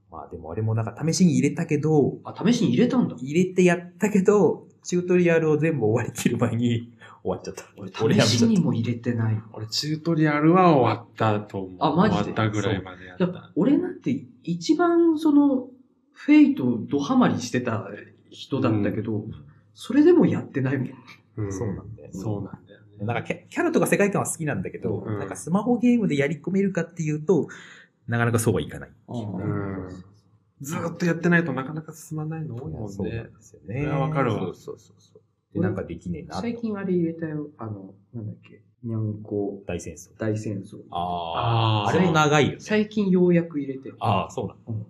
まあでもあれもなんか試しに入れたけど、
あ、試しに入れたんだ。
入れてやったけど、チュートリアルを全部終わりきる前に 終わっちゃった。
俺、試しにも入れてない。
俺、チュートリアルは終わったと思う。
あマジで
終わったぐらいまでやっ
いや
た。
俺なんて一番その、フェイトドハマりしてた人だったけど、それでもやってないもん。
うん
そうなんだよね。
そうなんだよね。
なんかキャキャラとか世界観は好きなんだけど、
うん
なんかスマホゲームでやり込めるかっていうと、なかなかそうはいかない。
うんずーっとやってないとなかなか進まないの多いもん
そうな
ね
ん。ですよ
そ
ね。
れはわかるわ
そうそうそうそう。で、なんかできねえな。
最近あれ入れたよ。あの、なんだっけ。にゃんこ
大戦争。
大戦争。
ああ。
あー
あれも長いよね。
最近ようやく入れて。
ああ、そうなん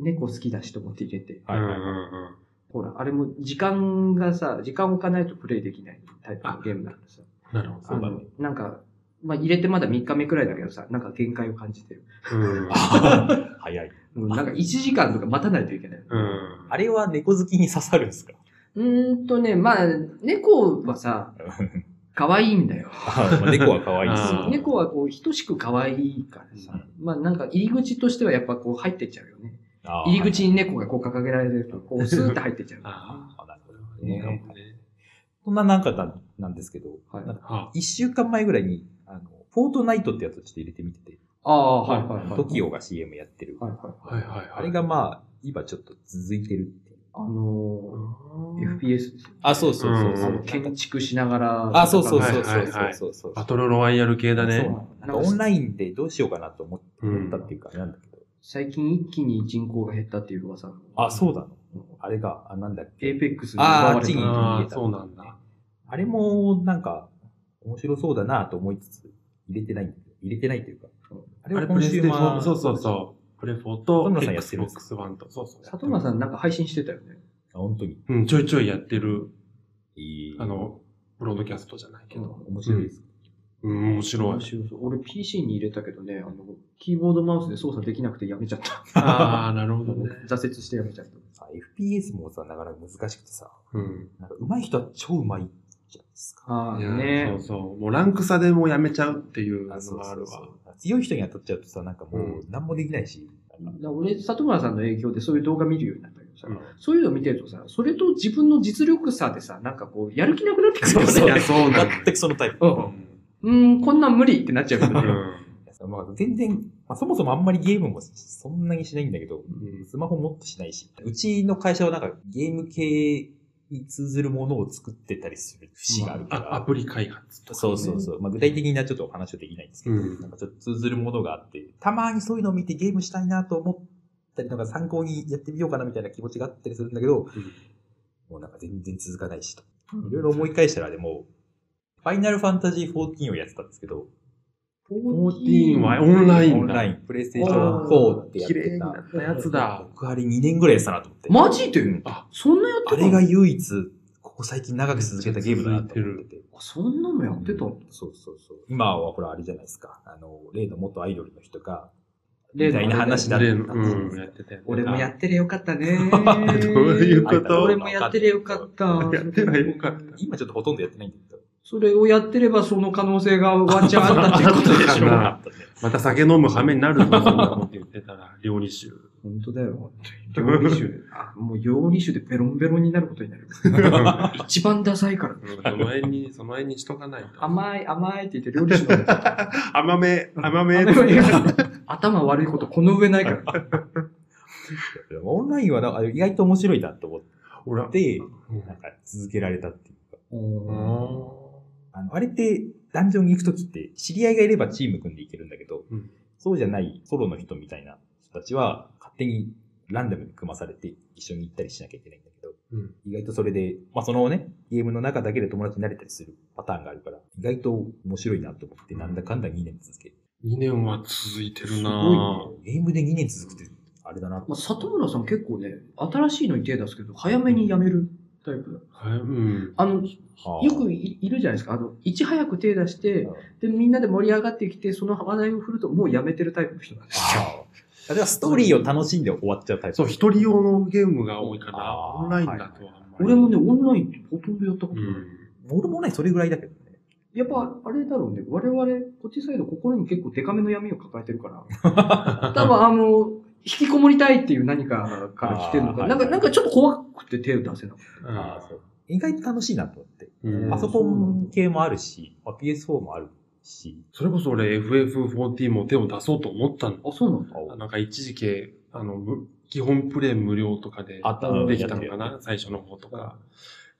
猫好きだしと思って入れて。
だ。はいはいはい。
うんうんうん
ほら、あれも時間がさ、時間置かないとプレイできないタイプのゲームだからさ。
なるほ
そうだね
あのなんか、まあ、入れてまだ3日目くらいだけどさ、なんか限界を感じてる。
ど。うん。
早い。
もうなんか1時間とか待たないといけない。
うん
あれは猫好きに刺さるんですか
うーんとね、まあ、猫はさ、可愛いんだよ。
あまあ猫は可愛いし
あー
猫はこう、等しく可愛いからさ、まあなんか入り口としてはやっぱこう入ってっちゃうよね。
あー
入り口に猫がこう掲げられてると、こうスーッて入ってっちゃう。
あ
あなるほど
あ、いいか
ね
もね。
そんななんかなんなんですけど、
はい
なんか
あ
一週間前ぐらいに、あの、フォートナイトってやつをちょっと入れてみてて、
ああ、はいはいはい。
TOKIO が CM やってる。
はいはい。
はいはいはい。
あれがまあ、今ちょっと続いてるっていう。
あのー、FPS ですよね
あ、そうそうそう
うん
そ
あ
う。
の建築しながら。
あ、そうそうそううそうそうそうそう。
バトルロワイヤル系だ
そう
ね。
なんかオンラインでどうしようかなと思って思ったっていうか、なんだけど。
最近一気に人口が減ったっていう噂の。
あ、そうだの。あれが、あ、なんだっけ。
エーペックスに
あー
奪われた
あっちに
ああ、そうなんだ。
あれも、なんか、面白そうだなと思いつつ、入れてないんだけど、入れてないというか、あれ
あ
は
れ、
コ
プ
ン
レ
シ
ステ
ューマ
4、
ー。
そうそうそう。プレフォ
里
と
村さんやってる
Xbox One と。そうそう。
里村さんなんか配信してたよね。
あ本当に。
うん、ちょいちょいやってる、
いい
あ、の、ブロードキャストじゃないけど。
面白いです。
うん、面白
面
い。
白そう俺 PC に入れたけどね、あの、キーボードマウスで操作できなくてやめちゃった。
ああ、なるほどね。
挫折してやめちゃった。
さ FPS もさ、なかなか難しくてさ、
うん。
なんか上手い人は超上手いじゃないですか。
ああ、
いや
ね
そうそう。もうランク差でもうやめちゃうっていう
あ
の
そう
があ
そ
る
う
わ。
そう強い人に当たっちゃうとさ、なんかもう
う
何もできないし、な
だ
んか
から俺、里村さんの影響でそういう動画見るようになったけどさ、
うん
そういうの見てるとさ、それと自分の実力差でさ、なんかこう、やる気なくなってくるよね。
そう
いや、そうなんだ。
全くそのタイプ。
うんうん、こんなん無理ってなっちゃうよ
う
ね。
ん。
まあ、全然、まあ、そもそもあんまりゲームもそんなにしないんだけど、
うん
スマホもっとしないし、うちの会社はなんかゲーム系に通ずるものを作ってたりする節があるか
まああア
ら。
プリ開発とか、
そうそうそう。まあ、具体的にはちょっとお話はできないんですけど、
うん
なんかちょっと通ずるものがあって、たまにそういうのを見てゲームしたいなと思ったりとか、参考にやってみようかなみたいな気持ちがあったりするんだけど、
うん
もうなんか全然続かないしと。
うん
いろいろ思い返したら、でも、ファイナルファンタジー14をやってたんですけど、
14はオンライ
オ
ン
ンラ
だ。
イン、プレイステーション4ってやっ
綺麗
て
にな
た。
ったやつだ。
僕あれ2年ぐらいやってたなと思って。
マジで
うん
そんなやって
あ
たの
れが唯一、ここ最近長く続けたゲームだなと思ってて。
あそんなのやってたの
そうそうそう。今はほらあれじゃないですか。あの、例の元アイドルの人が、
例
み
の
たいな話だった
で
じゃな
うん、や
い
っ
ですか
てたやつ
俺もやってりゃよかったね。
どういうこと
俺もやってりゃよかった。
やってりゃよかった
今ちょっとほとんどやってないんだけど。
それをやってればその可能性がワンチャンあったっていうことでしょ。
まあ
あったね
また酒飲む羽目になるぞ、そんなこと言ってたら、料理酒。
本当だよ。料理酒。あもう 料理酒でベロンベロンになることになる。一番ダサいから。
うんその辺に、その辺にしとかないと。
甘い、甘いって言って料理酒飲んでた
甘め、甘め。
頭悪いことこの上ないから。
オンラインはだから意外と面白いなと思っ
ほら。
て、
うん
なんか続けられたっていうか。
あ
あの、あれって、ダンジョンに行くときって、知り合いがいればチーム組んでいけるんだけど、
うん
そうじゃないソロの人みたいな人たちは、勝手にランダムに組まされて一緒に行ったりしなきゃいけないんだけど、
うん
意外とそれで、まあそのね、ゲームの中だけで友達になれたりするパターンがあるから、意外と面白いなと思って、なんだかんだ2年続ける。
ー。2年は続いてる
す
な
ごいね。ゲームで2年続くって、あれだな。
まあ、里村さん結構ね、新しいのに手出すけど、早めにやめるタイプだ。
はいうん。
あの、よ
は
くいいるじゃないですか。あの、いち早く手出し
あ
て、で、みんなで盛り上がってきて、その話題を振ると、もうやめてるタイプの人なんですよ。
ああ例えばストーリーを楽しんで終わっちゃうタイプ。
そう、一人用のゲームが多いから、
あー
オンラインだとはあんまり。
俺もね、オンラインってほとんどやったこ
う
とない。
ん。
俺もね、それぐらいだけどね。
やっぱ、あれだろうね。我々、こっちサイド、心に結構デカめの闇を抱えてるから。多分、あの、引きこもりたいっていう何かから来てるの
あ
か。
ー
なんか、
はい
なんかちょっと怖くて手を出せなくて。
ああそう意外と楽しいなと思って。
うん
パソコン系もあるし、まあ、PS4 もあるし、
それこそ俺 FF14 も手を出そうと思ったの。
あ、そうなんだ。
なんか一時期、あの、む基本プレイ無料とかで
あった
できたのかな最初の方とか。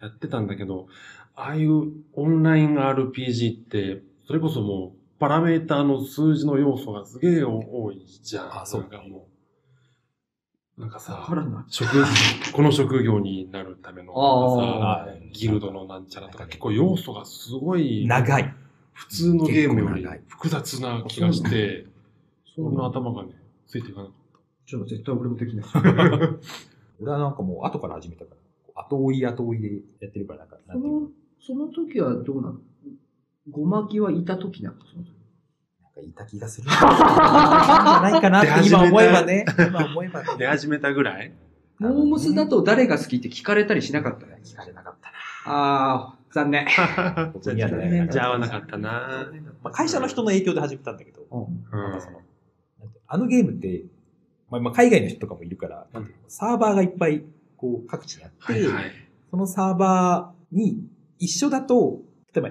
やってたんだけど、ああいうオンライン RPG って、それこそもう、パラメーターの数字の要素がすげえ多いじゃん。
あそう
なんかもう。なんか
わ
さ
か、らない。
職、 この職業になるための、
あ
さ、ギルドのなんちゃらとか、結構要素がすごい、
長い。
普通のゲームよ
結
り
構長い
複雑な気がして、
そう
俺の
なんだ。
頭がね、ついていかなかっ
じゃあ、絶対俺もできない。
俺はなんかもう後から始めたから、後追い後追いでやってるから、なんか、なん
そ
ていう
の、その時はどうなのごまきはいた時なのその時
なんかいた気がする。なんじゃないか なって今思えばね。今思えば
た。出
ね。
始めたぐらい
モームスだと誰が好きって聞かれたりしなかったね。
聞かれなかった
ああ、残念。
な。ここには
じゃあ
ね
じゃあ合わなかったな。
まあ、会社の人の影響で始めたんだけど、
うん
うん
なんかそのなんてあのゲームって、まあ、今海外の人とかもいるから、なんていうのサーバーがいっぱいこう各地にあって、
はいはい。
そのサーバーに一緒だと、例えば、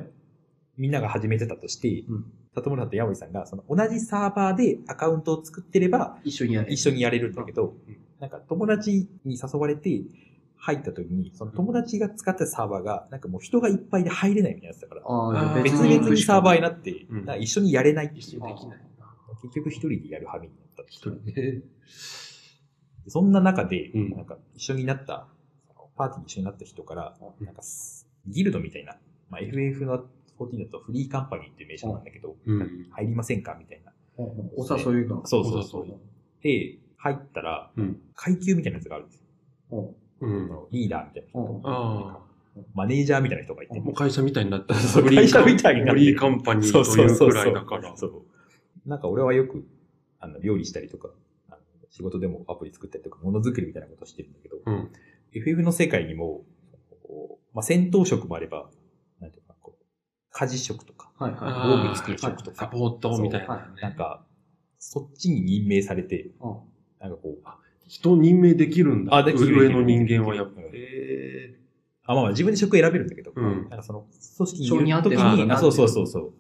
みんなが始めてたとして、
うん
里村さんと矢守さんが、その同じサーバーでアカウントを作ってれば、
一緒にやれ
一。緒にやれるんだけど、
うん
なんか友達に誘われて入った時に、その友達が使ってたサーバーが、なんかもう人がいっぱいで入れないみたいなやつだから、
あ
あ
あ、
別
別
に
に
々にサーバーになって、
うん
なんか一緒にやれないってい
一
う
緒
か
にできないな。
結局一人でやる羽目になったっていう
一人で。
そんな中で、
うん
なんか一緒になった、そのパーティーに一緒になった人から、
うん
なんかすギルドみたいな、まあ、FF の14だとフリーカンパニーっていう名称なんだけど、
うん
入りませんかみたいな。
お誘いが。
そう
そう
う。で、入ったら、
うん
階級みたいなやつがあるんですよ。
うん。あ
そのリーダーみたいな人と、
あ。
マネージャーみたいな人がいて、
もう会社みたいにな った。
そう会社みたいになってる
フリーカンパニーというくらいだから。
そう。なんか俺はよく、あの、料理したりとか、あの仕事でもアプリ作ったりとか、ものづくりみたいなことしてるんだけど、
うん
FF の世界にも、こうまあ、戦闘職もあれば、なんていうか、こう、家事職とか、
はい
あ
は
道具作る職とか、
サポートみたい
そう
な
は
なん
ね。
か、そっちに任命されて、
うん
なんかこう、
人任命できるんだ。
あできる
上の人間はやっぱ。
うん
え
あ、まあまあ自分で職選べるんだけど、
う
な
ん
んかその、組織にいる
性に合って
時
るんだなっていう
に、あ、そうそうそうそう。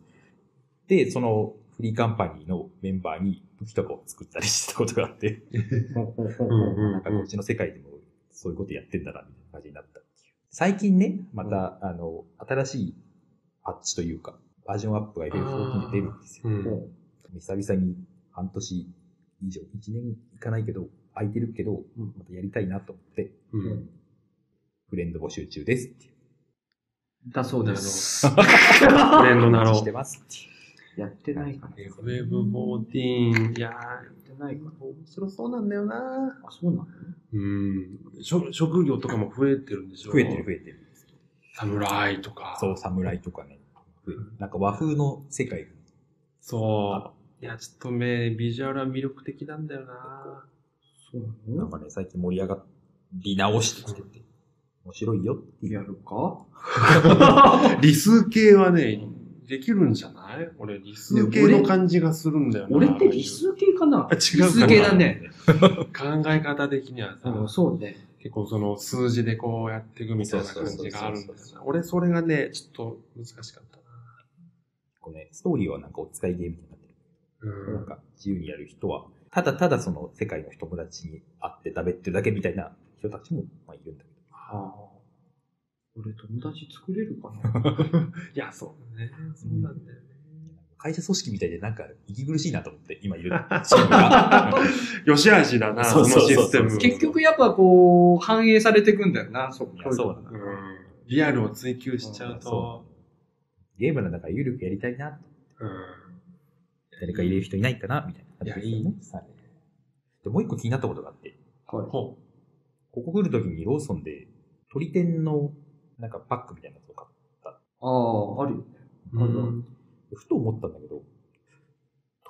で、その、フリーカンパニーのメンバーに武器とかを作ったりしてたことがあって、
い。ほうほうほう
うんうん
なんか
う
こ
ん
っちの世界でもそういうことやってんだな、みたいな感じになったっていう。最近ね、また、あの、新しいパッチというか、バージョンアップがいろいろ出るんですよ。
うん。
久々に半年以上、1年いかないけど、空いてるけど、またやりたいなと思って、
うん。
フレンド募集中ですっていう。
だそうで
なる
す。
ほど。フレンドな
お待
ろう
ちし。てますっていう。
やってないかな。
FF14。いやー、やってないかな。面白そうなんだよな。
あ、そうなの
うん。職職業とかも増えてるんでしょ
増えてる増えてる。
侍とか。
そう、。侍とかね。増えてるなんか和風の世界が
そう。いや、ちょっとね、ビジュアルは魅力的なんだよな。
そうな
な
の
んかね、最近盛り上がり直してきてて、面白いよっていう。
やるか
理数系はね、できるんじゃない俺、理数系の感じがするんだよな。
俺って理数系かな
あ違う
理
かな
数系だね。
考え方的にはさ、
うん、そうね。
結構その数字でこうやっていくみたいな感じがある
そうそう
んだよ
そうそ
な。俺、それがね、ちょっと難しかったな。
こうね、ストーリーはなんかお使いゲームになってる。
うん
なんか自由にやる人は、ただただその世界の友達に会って食べってるだけみたいな人たちもまあいるんだけど。
ああ。俺友達作れるかな
いや、そうだね。そうなんだよね。
会社組織みたいでなんか息苦しいなと思って、今いるチームが。
よしあしだな、
そ
そうの
そうそう
システム。
結局やっぱこう、反映されていくんだよな、そ
いやそうだな
うん。リアルを追求しちゃう
そ
と、
ゲームの中で有力やりたいな、
うん。
誰か入れる人いないかな、みたいな感じですよね。
いやい
はいで、もう一個気になったことがあって、
ほ
ここ来るときにローソンで、鳥天のなんかパックみたいなのとか、
ああ、あるよね。
う。うん。
ふと思ったんだけど、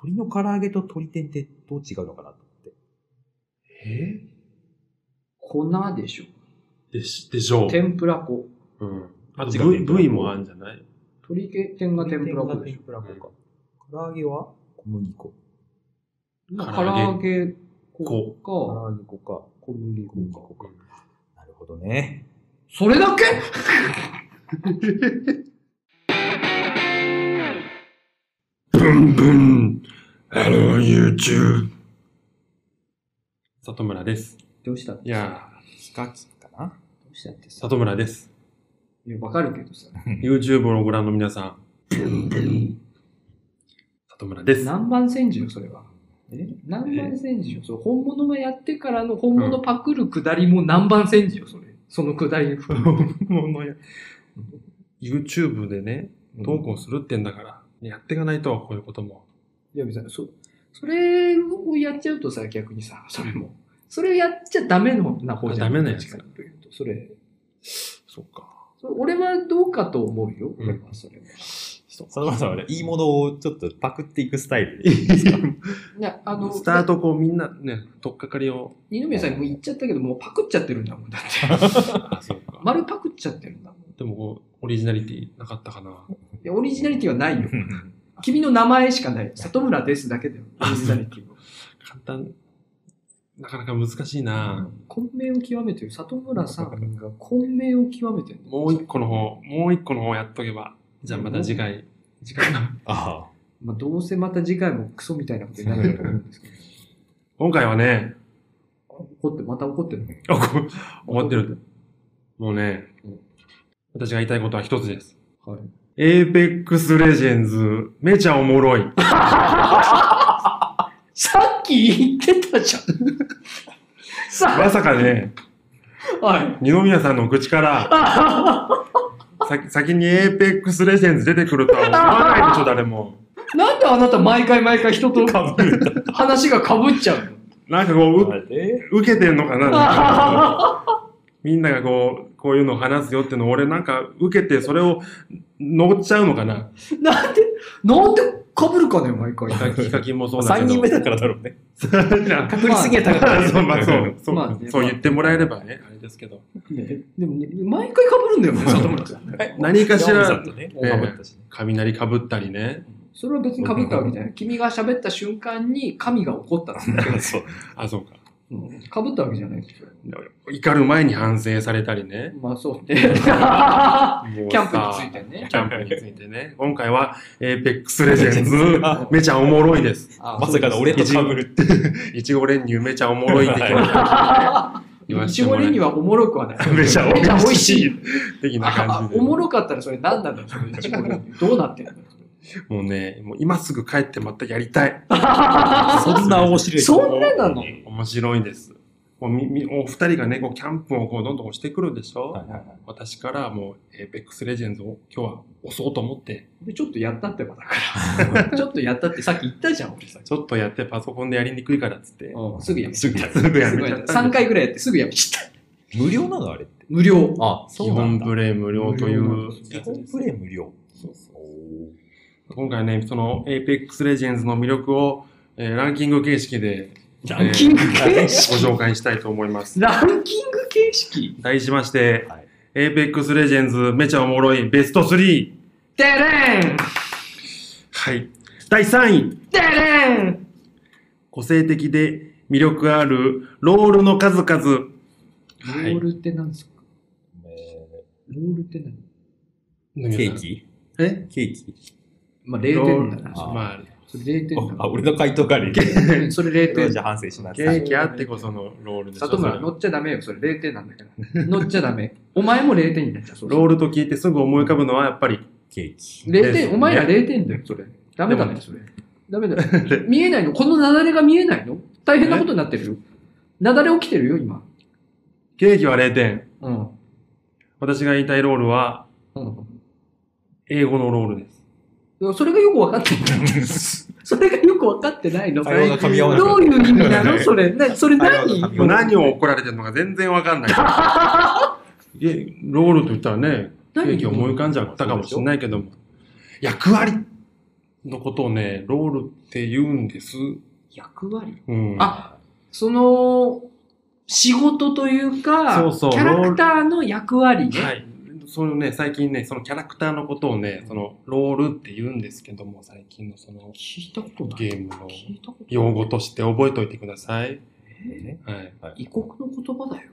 鳥の唐揚げと鳥天ってどう違うのかなと思って。
え
粉でしょ。
でし、でしょう。
天ぷら粉。
うん。
ど
あ
っ
と
ちが
V、V もあるんじゃない
鶏天が天ぷら粉でし
天ぷら粉か。唐揚げは小麦粉。
ょ。
唐
唐揚
揚げ。
げ粉
唐
か
揚げ粉か。
小麦
小麦
粉か。
粉か。なるほどね。
それだけ
ブンブン。あの、YouTube。里村です。
どうしたって
いや
ヒカキンかな
どうしたって
ー、
さ。
里村です。
いや、わかるけどさ。
YouTube をご覧の皆さん。ブンブン。里村です。
南蛮戦時よ、それは。南蛮戦時よ。それ本物がやってからの本物パクるくだりも南蛮戦時よ、それ。そのくだり含めて。
物や。YouTube でね、投稿するってんだから、やっていかないと、こういうこと も。
いや、別に、そ、それをやっちゃうとさ、逆にさ、それも。それをやっちゃダメのな方じゃん。
あダメなやつ
どっちかというと、それ、
そうか。
それ俺はどうかと思うよ、
うん
俺は、それは。
そのままいいものをちょっとパクっていくスタイルで。
いや、あの、
スタートこうみんなね、とっかかりを。
二宮さんもう言っちゃったけど、もうパクっちゃってるんだもん、だって。
あ、そうか。
丸パクっちゃってるんだもん。い
でもこう、オリジナリティなかったかな。
や、オリジナリティはないよ。君の名前しかない。里村ですだけだよ、オリジナリテ ィは。
簡単、なかなか難しいな。
混迷を極めてる。里村さんが混迷を極めてる。
もう一個の方、もう一個の方やっとけば。じゃあまた次回。次回な。
ああ。
まあ、どうせまた次回もクソみたいなことになってると思うんですけど。
今回はね、
怒って、また怒ってるね。
おこ怒ってる。もうね、私が言いたいことは一つです。
はい。
エーペックスレジェンズ、めちゃおもろい。
さっき言ってたじゃん。 さ
まさかね、
あ、はい。
二宮さんの口 から、先先にエーペックスレジェンズ出てくるとは思わないでしょ、誰も。
なんであなた毎回毎回人と話が被っちゃうの
なんかこう、
れ
う受けてんの かなみんながこう、こういうのを話すよっていうのを俺なんか受けて、それを乗っちゃうのかな
なんで、なんで被るかね、毎回。
ヒカキンもそうだけ
3
ど。
人目だからだろうね。
だ
確率的には高い。
そう、まあそう、そう、
まあね
そう言ってもらえればね、あれですけど。
ねでもね、毎回被るんだよね、里村さん。
何かし
ヤオミさ
ら
ん、とね、
ええ
かぶったしね。
雷かぶったりね。
それは別に被ったわけじゃない。君が喋った瞬間に神が怒ったってだけです。
そう。
あ、そうか。
うん被ったわけじゃないですよ。
怒る前に反省されたりね。
まあそうね。キ
もうさ
ャンプについてね。
キャンプについてね。今回は、エーペッ クスレジェンズ、めちゃおもろいです。
あ
まさかの俺と被るって。
いちご練乳めちゃおもろい的な。言わ
い
せ
ち
て
ご
もら
レ
え
ンにはおもろくはない。
めちゃ
めちゃ美
美味
味
し
し
い的な
あ
感
あ
じで。
おもろかったらそれ何なんだろうそれいちごレンにどうなってんの
もうね、もう今すぐ帰ってまたやりたい。
そんな面白い。
そんななの
面白いです。もうみみお二人がね、こうキャンプをこうどんどん押してくるでしょ、
はいはいはい
私からもうエーペックスレジェンズを今日は押そうと思って、
でちょっとやったってばだから。ちょっとやったってさっき言ったじゃん、俺さっき
ちょっとやってパソコンでやりにくいからっつって、
うんすぐやめち
すぐすぐ
ゃ
や
った。
めちゃったんです
3回ぐらいやってすぐやめちゃった。
無料なのあれって。
無料。
あ、
基本プレイ無料とい
無料
う
基
やつ
本
です
プレイ無料。
そうそう今回ね、そのエーペックスレジェンズの魅力を、えーランキング形式で
ランキング形
ご
式
紹介したいと思います。
ランキング形式
題しまして、
はい
エーペックスレジェンズめちゃおもろいベスト 3!
てれん
はい。第3位
てれん
個性的で魅力あるロールの数々。
ロ
はい
ールって何ですか
え
ロールって何
ーケーキ
え
ケーキ
まあ、
ロ
0
ー
点
ル
だな。
あ
ま
それ0点だ
あ、
な。
俺の回答がある。
うんそれ0点
じゃあ反省しな
あ、
さ
ケ
い。
ーキあってこそのロールでしょ
里村、
それ
乗っちゃダメよ。それ0点なんだから。乗っちゃダ メ。お前も0点になっちゃう。そうそう
ロールと聞いてすぐ思い浮かぶのはやっぱり、
ケーキ。
0
ですね
点、お前ら0点だよ、それ。ダメだ
で
ね、それ。ダメだよ。見えないのこの雪崩が見えないの大変なことになってるよ。雪崩起きてるよ、今。
ケーキは0点。
うん。
私が言いたいロールは、
うん。
英語のロールです。
それがよくわかって ない。それがよくわかってないの。
会話が噛み合わな
ど
く
ういう意味な
は
の
い
それ。なそれ
会
何
話が噛み合わ
もう
ない
何を怒られてるのか全然わかん ない。いえ、ロールと言ったらね、ケ
何
ーキ思い浮かんじゃったかもしれないけども、役割のことをね、ロールって言うんです。
役割
うん。
あ、その、仕事というか、
そうそう
キャラクターの役割ね。
はい。そのね、最近ね、そのキャラクターのことをね、その、ロールって言うんですけども、最近のその、
聞いたことない。
ゲームの
聞いたことない。
用語として覚えておいてください。
ね
はい。
はい
異国の言葉だよ。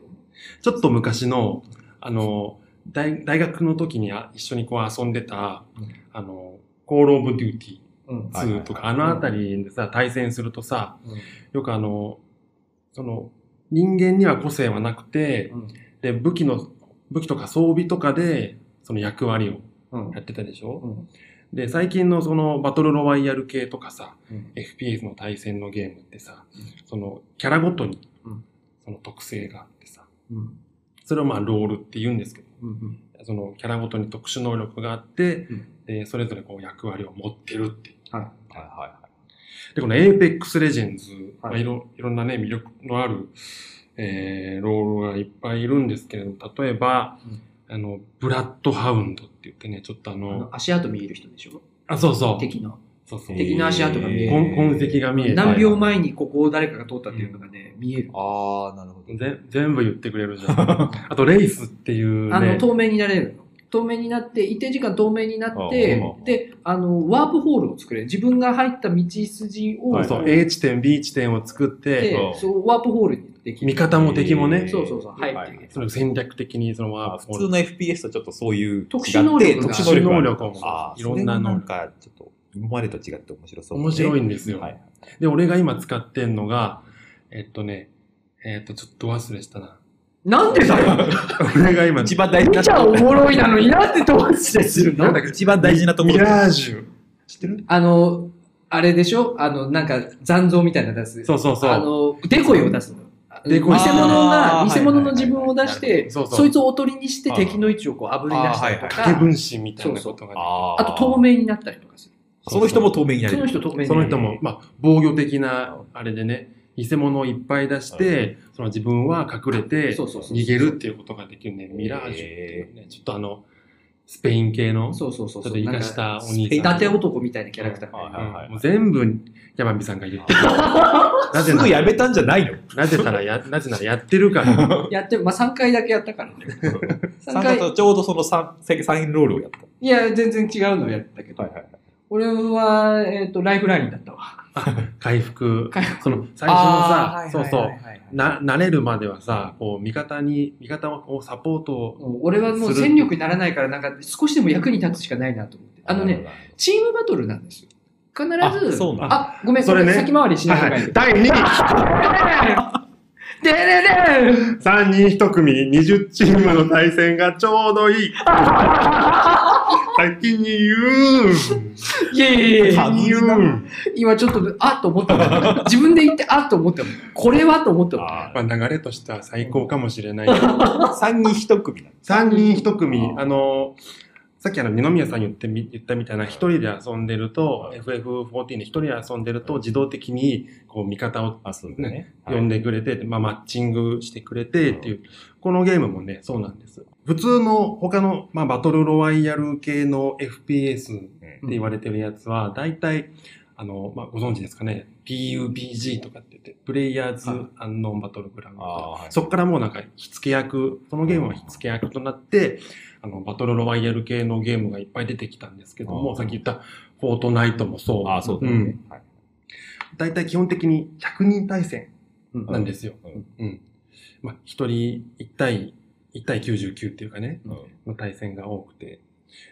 ちょっと昔の、あの、大大学の時にあ一緒にこう遊んでた、あの、コールオブデューティ
うん。
ー2とか、あのあたりでさ、対戦するとさ、よくあの、その、人間には個性はなくて、
うん
で、武器の、武器とか装備とかで、その役割を
うん
やってたでしょ、
うん
で、最近のそのバトルロワイヤル系とかさ、
うん
FPS の対戦のゲームってさ、そのキャラごとに
うん、
その特性があってさ、
うん。
それをまあロールって言うんですけど、
うんうん。
そのキャラごとに特殊能力があって、
うん
で、それぞれこう役割を持ってるっていう。
はいは
で、この Apex Legends、
はい
まあ、いろいろんなね、魅力のある、えー、ロールがいっぱいいるんですけれども、例えば、あの、ブラッドハウンドって言ってね、ちょっとあ
あ
の、
の足跡見える人でしょ
あ、そうそう。
敵の。
そうそう
い。
敵の足跡が見える
え
痕
ー
痕跡が見えて。
何秒前にここを誰かが通ったっていうのがね、見える。
あー、なるほど。
ぜ全部言ってくれるじゃん。 あと、レイスっていう、ね。
あの、透明になれるの。透明になって、一定時間透明になって
あああ、
で、あの、ワープホールを作れる。自分が入った道筋を、
そう
はい
そう、
で
A 地点、B 地点を作って、
そう
そう、ワープホールにできる。
味方も敵もね、
そうそうそう入って
はい
その戦略的にその
あ
ワープ
普通の FPS とちょっとそういう
特殊能力が
違って
特殊能
が
力を持つ
ああ
いろん
そ
な
れもな
能
ん
力。
かちょっと今までと違って面白そう、
面白い
ん
んですよ。
はい
で、俺が今使ってんのが、えっとね、えっと、ちょっと忘れしたな。
なんでだよ
俺が今、
一番大事
見
な
ちゃおもろいなのになんでどうしてするの
一番大事なとこ
ミ
ろ
ラージュ。
知ってる
あの、あれでしょあの、なんか残像みたいなの出す。
そうそうそう。
あの、デコイを出すの。
デ
偽
コイ
物
あ
が、
ー
偽物の自分を出し
はいはい
て、
そうそう
そいつをおとりにして敵の位置をこう炙り出したりと
あー
手
か、
分身みたいなことがね。
あ
あと透明になったりとかする。
その人も透明にな
そ
れ
の
る
人透明に
そ
な
の
る。
人も、まあ、防御的な、あれでね、偽物をいっぱい出して、その自分は隠れて、
そうそうそう。
逃げるっていうことができるね、ミラージュっていうね、ちょっとあの、スペイン系の、ち
そ
ょ
うそうそう
っ
そ
と
う。
生かし
なんか
たお兄
伊
さん。
達男みたいなキャラクター。
はいはいはい
うんもう全部、ヤマミさんが言ってる。なぜ
す
な
ぐ
ら、
やめたんじゃないの
なぜならや、なぜならやってるから。
やって、まあ、3回だけやったからね。3
三
回。
月ちょうどその三三ロールをやった。
いや、全然違うのやったけど。
いはいはい。
俺は、えっと、ライフラインだったわ。
回復。
回復
その、最初の
あ
さ
ー、
そう
は
そ、
いはいはいはいう
な、慣れるまではさ、こう、味方に、味方をこう、サポートを、
もう俺はもう戦力にならないから、なんか少しでも役に立つしかないなと思って。あのね、、チームバトルなんですよ。必ず、
あそうなん
あごめん、
そ
そ
れ
れ
ね
先回りしない
は
方が
いはいい
い。
第2位
でれれん
3人1組20チームの対戦がちょうど いい。先に言
いやいやいや
う
いや
先に言う
今ちょっと、あっと思ったもん。自分で言って、あっと思ったもん。これはと思ったもん。
あ
まあ流れとしては最高かもしれない。
三人一組なんです。
3人1組、あの、さっきあの二宮さん言ってみ言ったみたいな、1人で遊んでると、FF14 で1人で遊んでると、自動的にこう味方を
あ、そうですね。
呼んでくれて、まあ、マッチングしてくれてっていう、このゲームもね、そうなんです。普通の他の、まあ、バトルロワイヤル系の FPS って言われてるやつは、大体、あの、まあ、ご存知ですかね、PUBG とかって言って、プレイヤーズ・アンノーン・バトルグラウンドとか。
ああ、
そこからもうなんか、火付け役、そのゲームは火付け役となって、あの、バトルロワイヤル系のゲームがいっぱい出てきたんですけど
あ
も、
ー
さっき言った、フォートナイトもそう。
ああ、そう
う
ですね
ん。。
はい
大体基本的に100人対戦
うん
なんですよ。
うん
うん。まあ、一人一対、一対99っていうかね、
うん
の対戦が多くて。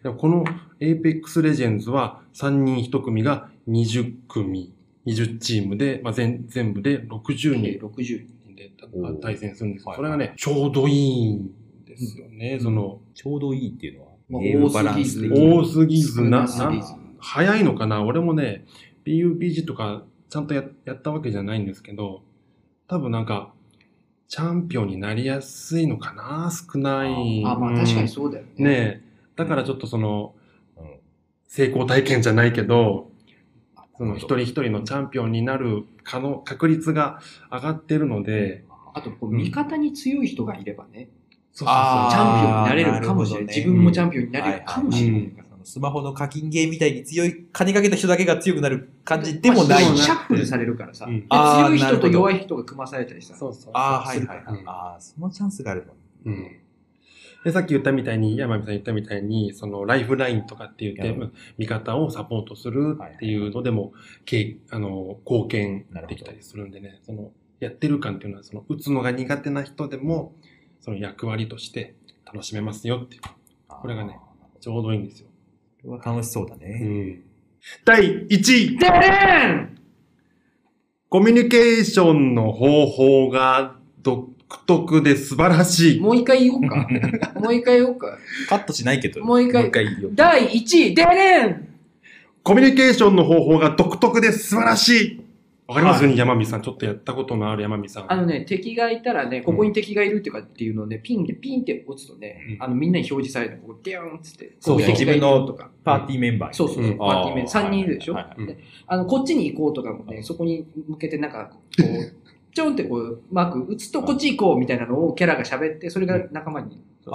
でもこの Apex Legends は3人1組が20組、20チームで、まあ、全全部で60人
60
で
おー
対戦するんですよ。
はい
それがね、ちょうどいいんですよね。その、
ちょうどいいっていうのは、
まあ
ゲームバランス的に。
多すぎず
少
な、
なすぎ
な
ず
早いのかな俺もね、PUBG とかちゃんとややったわけじゃないんですけど、多分なんか、チャンピオンになりやすいのかな少ない。
あ、まあ
うん
確かにそうだよね。
ねえ。だからちょっとその、
うん
成功体験じゃないけど、その
なる
一
ほど
人一人のチャンピオンになる可能、確率が上がってるので、
あと、こう味方に強い人がいればね、
そうそうそう
あー
チャンピオンになれるかもしれない。
なるほどね
自分もチャンピオンになれるかもしれない。
うんそのスマホの課金ゲーみたいに強い、金かけた人だけが強くなる感じでもない。
ま
そ
あ
う
シャッフルされるからさ、
うん
で
あー
強い人と弱
なる
い人が組まされたりさ。
そうそうそう
ああ、はいはい
うん
ああ、そのチャンスがあれば。
うんで、さっき言ったみたいに、山美さん言ったみたいに、そのライフラインとかって言って、
うん
うん味方をサポートするっていうのでも、けあの、貢献できたりするんでね、その、やってる感っていうのは、その、打つのが苦手な人でも、その役割として楽しめますよっていう、これがね、ちょうどいいんですよ。
これは楽しそうだね。
第1位
でれん
コミュニケーションの方法が独特で素晴らしい。
もう一回言おうか。もう一回言おうか。
カットしないけど。
もう一回
もう一回よ。
第1位、でれん
コミュニケーションの方法が独特で素晴らしい。わかります、
は
山美さん。ちょっとやったことのある山美さん。
あのね、敵がいたらね、ここに敵がいるっていうかっていうのをね、ピンでピンって押すとね、
うん
あのみんなに表示されるの、ここビューンっつって、
そうそう
ここに敵がいるよとか。
パーティーメンバーに
そうそうそう、
うん
パーティーメンバー3人いるでしょ、
はいはい
うん
であのこっちに行こうとかもね、そこに向けてなんかこう、ちょんってこう、マーク打つとこっち行こうみたいなのをキャラが喋って、それが仲間に伝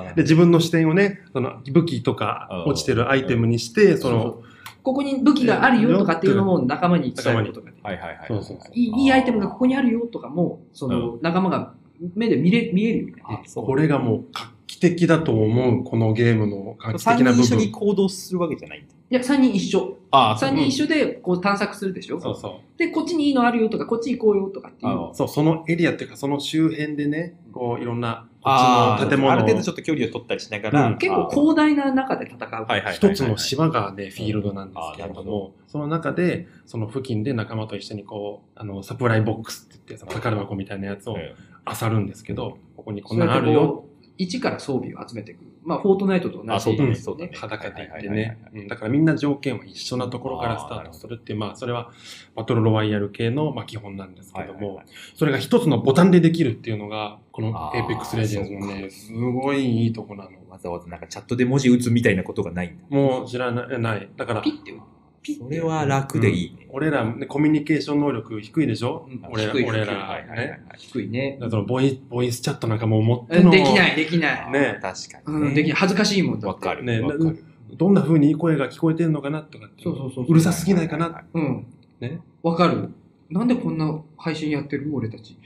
ああ
で、自分の視点をね、その武器とか
あー
落ちてるアイテムにして、
る。
その、
ここに武器があるよとかっていうのも仲間に伝えることができる。
はいはいはい。
そうそうそう
いいいいアイテムがここにあるよとかも、その仲間が目で見れ見えるようになる。
あこれがもう画期的だと思う、このゲームの画期
三
的な
人
部
一緒に
分。
行動するわけじゃないんだ。
いや、3人一緒。
ああ、
3人一緒でこう探索するでしょ、
そうそ
で、こっちにいいのあるよとか、こっち行こうよとかっていう。
う。そう、そのエリアっていうか、その周辺でね、こう、いろんな、こ
ああ
っちの建物
ある程度ち
を
ょっと距離を取ったりしながら。
うん
結構
う。
広大な中で戦うから。
はいはいはいはい。
一つの島がね、フィールドなんですけれ
あ
ど
ーなる
も、その中で、その付近で仲間と一緒にこう、あの、サプライボックスって言って、その宝箱みたいなやつを
うん
漁るんですけど、ここにこ
そ
ん
う
な
やっ
のあ
て
るよ、
こう、一から装備を集めていく。まあ、フォートナイトと同
あ、
じ
そうだ
で
ね。
す
そうだね。
はけていって
はいはいはい
ね。うんだからみんな条件は一緒なところからスタートするっていう、まあ、それはバトルロワイヤル系の、まあ、基本なんですけ
はい
ど
はいは
も
い、
それが一つのボタンでできるっていうのが、この
あー
Apex Legends のね、すごいいいとこなの。
わざわざなんかチャットで文字打つみたいなことがないんだ。
もう知らないない。だから
ピ、ッて打ピッて
それは楽でいいね。
俺ら、ね、コミュニケーション能力低いでしょ
うん
俺ら、
低い低い
俺
はい
ら
はいはいは
ね
い。
低いね。
だからそのボイボイスチャットなんかも思って
うん
の。
できない、できない。
ね
確かに
う
ね。
ん、できない。恥ずかしいもんだ
わ
って。
かる。
ね
わかる。
どんな風に声が聞こえてんのかなとかって。
そうそうそう
うるさすぎないかな。
うん。
ね。
わかる。なんでこんな配信やってる俺たち。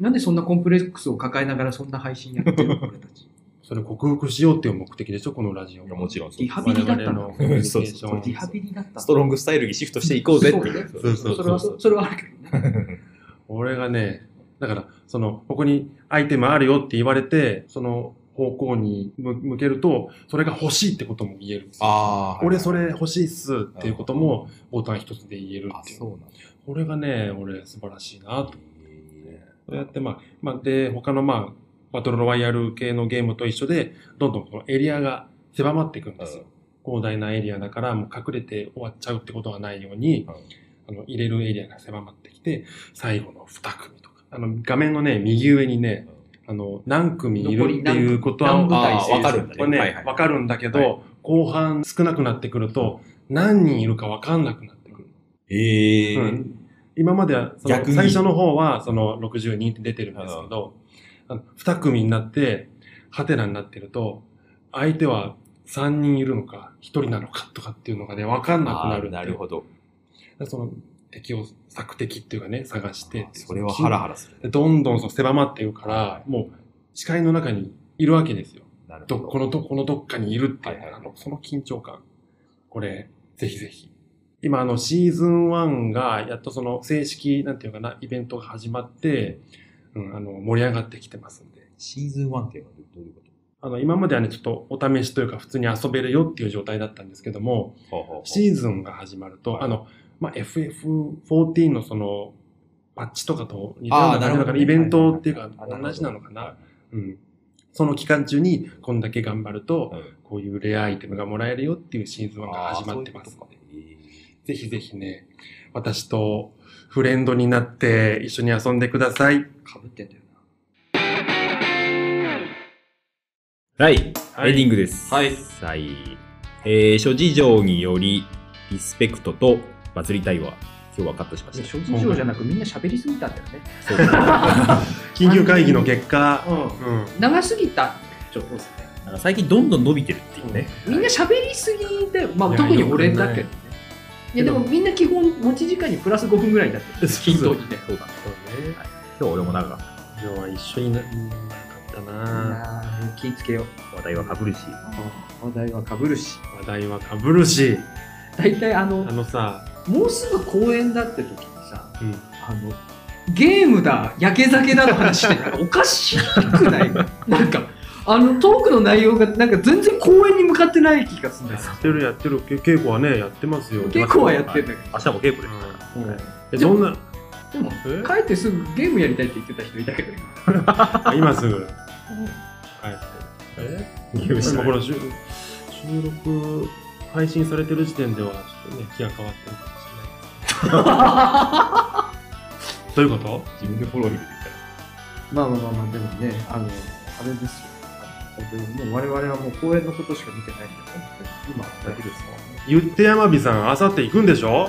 なんでそんなコンプレックスを抱えながらそんな配信やってる俺たち。
それを克服しようっていう目的でしょ、このラジオ。
いやもちろんそう
リハビリだったんだ
我々のコミュニケーション
そう
それリハビリだったんだ
ストロングスタイルにシフトしていこうぜって
そう
い
ね
う。
そうそう
それは
そう
それはあるけど ね。
俺がね、だから、その、ここにアイテムあるよって言われて、その方向に向向けると、それが欲しいってことも言えるんですよ。
ああ。
俺それ欲しいっすっていうこともボタン一つで言える
あ、
ってい。
そううなんだ。
これがね、俺素晴らしいなと。そうやってまあ、まあ、で、他のまあ、バトルロワイヤル系のゲームと一緒で、どんどんこのエリアが狭まっていくんですよ。広大なエリアだから、もう隠れて終わっちゃうってことがないように、あの、入れるエリアが狭まってきて、最後の2組とか。あの、画面のね、右上にね、あの、何組いるっていうことは、
残り何組
ああ、わかるんだ
こ
ね。
れね、わ、
はいはい
かるんだけど、
は
後半少なくなってくると、何人いるかわかんなくなってくる。
ええ
う
ー。
ん今までは、その
逆に
最初の方は、その60人って出てるんですけど、あの2組になって、ハテナになってると、相手は3人いるのか、1人なのかとかっていうのがね、わかんなく
あ
な
あ
るっていう。
なるほど。
でその敵を、索敵っていうかね、探して。
それはハラハラする。
でどんどんそう狭まっていくから、もう視界の中にいるわけですよ。
なるほ
ど
ど。
このどこのどっかにいるっていう、
はいはい
あのその緊張感。これ、ぜひぜひ。今、あの、シーズン1が、やっとその正式、なんていうかな、イベントが始まって、うん、あの、盛り上がってきてますんで。
シーズン1っていうのはどういうこ
あの、今まではね、ちょっとお試しというか、普通に遊べるよっていう状態だったんですけども、
とほうほうほう
シーズンが始まると、あの、まあ、FF14 のその、パッチとかと似たよう
あー
な
なるほど
感じだか
ね
ら、イベントっていう
は
か
いはいは、い
同じなのかな
は。
うん。その期間中に、こんだけ頑張ると、
うん
こういうレアアイテムがもらえるよっていうシーズン1が
あー
始まってます
そういうことかえー
ぜひぜひね、私とフレンドになって一緒に遊んでください。
かぶってんだよ
はい、
はい
エンディングです。
はい。
はい。えー、諸事情により、リスペクトとバズりたいは、今日はカットしま
で
し
諸事情じゃなくみんな喋りすぎたんだよね。
た。そう
緊急会議の結果、
う
うん。
ん。長すぎた。ちょっとですね。
なんか最近どんどん伸びてるっていうね。
みんな喋りすぎで、ま
い
あ
や
特に俺だけどね。いや
よくない
でもみんな基本持ち時間にプラス5分ぐらいにな ってる。均等にね。
そうだ。
そうね。
今日俺も長かった。
今日は一緒にななかったな
気ぃつけよう。
話題はかぶるし。
話題はかぶるし。
話題はかぶるし、
大体あの
あ、のさ、
もうすぐ公演だって時にさ、
うん
あの、ゲームだ、焼け酒だの話してたらおかしく ないなんか、あのトークの内容がなんか全然公演に向かってない気がするんだよ。
やってるやってる、け稽古はね、やってますよ。
結構はやってんだけ
明日も稽古です。
ど。
うんえ、
で
ど
も
んな、
でも
え
帰ってすぐゲームやりたいって言ってた人いたけど、
あ今すぐ。帰って。え
ゲームしな
今
い
これ収収録、配信されてる時点では、ちょっとね、気が変わってるかもしれない。どういうこと
自分でフォロー入れてき
まあまあまあまあ、でもね、あの、あれですよ。あのもう我々はもう公演のことしか見てないんで、今だけですか
ゆってやまびさん、あさって行くんでしょ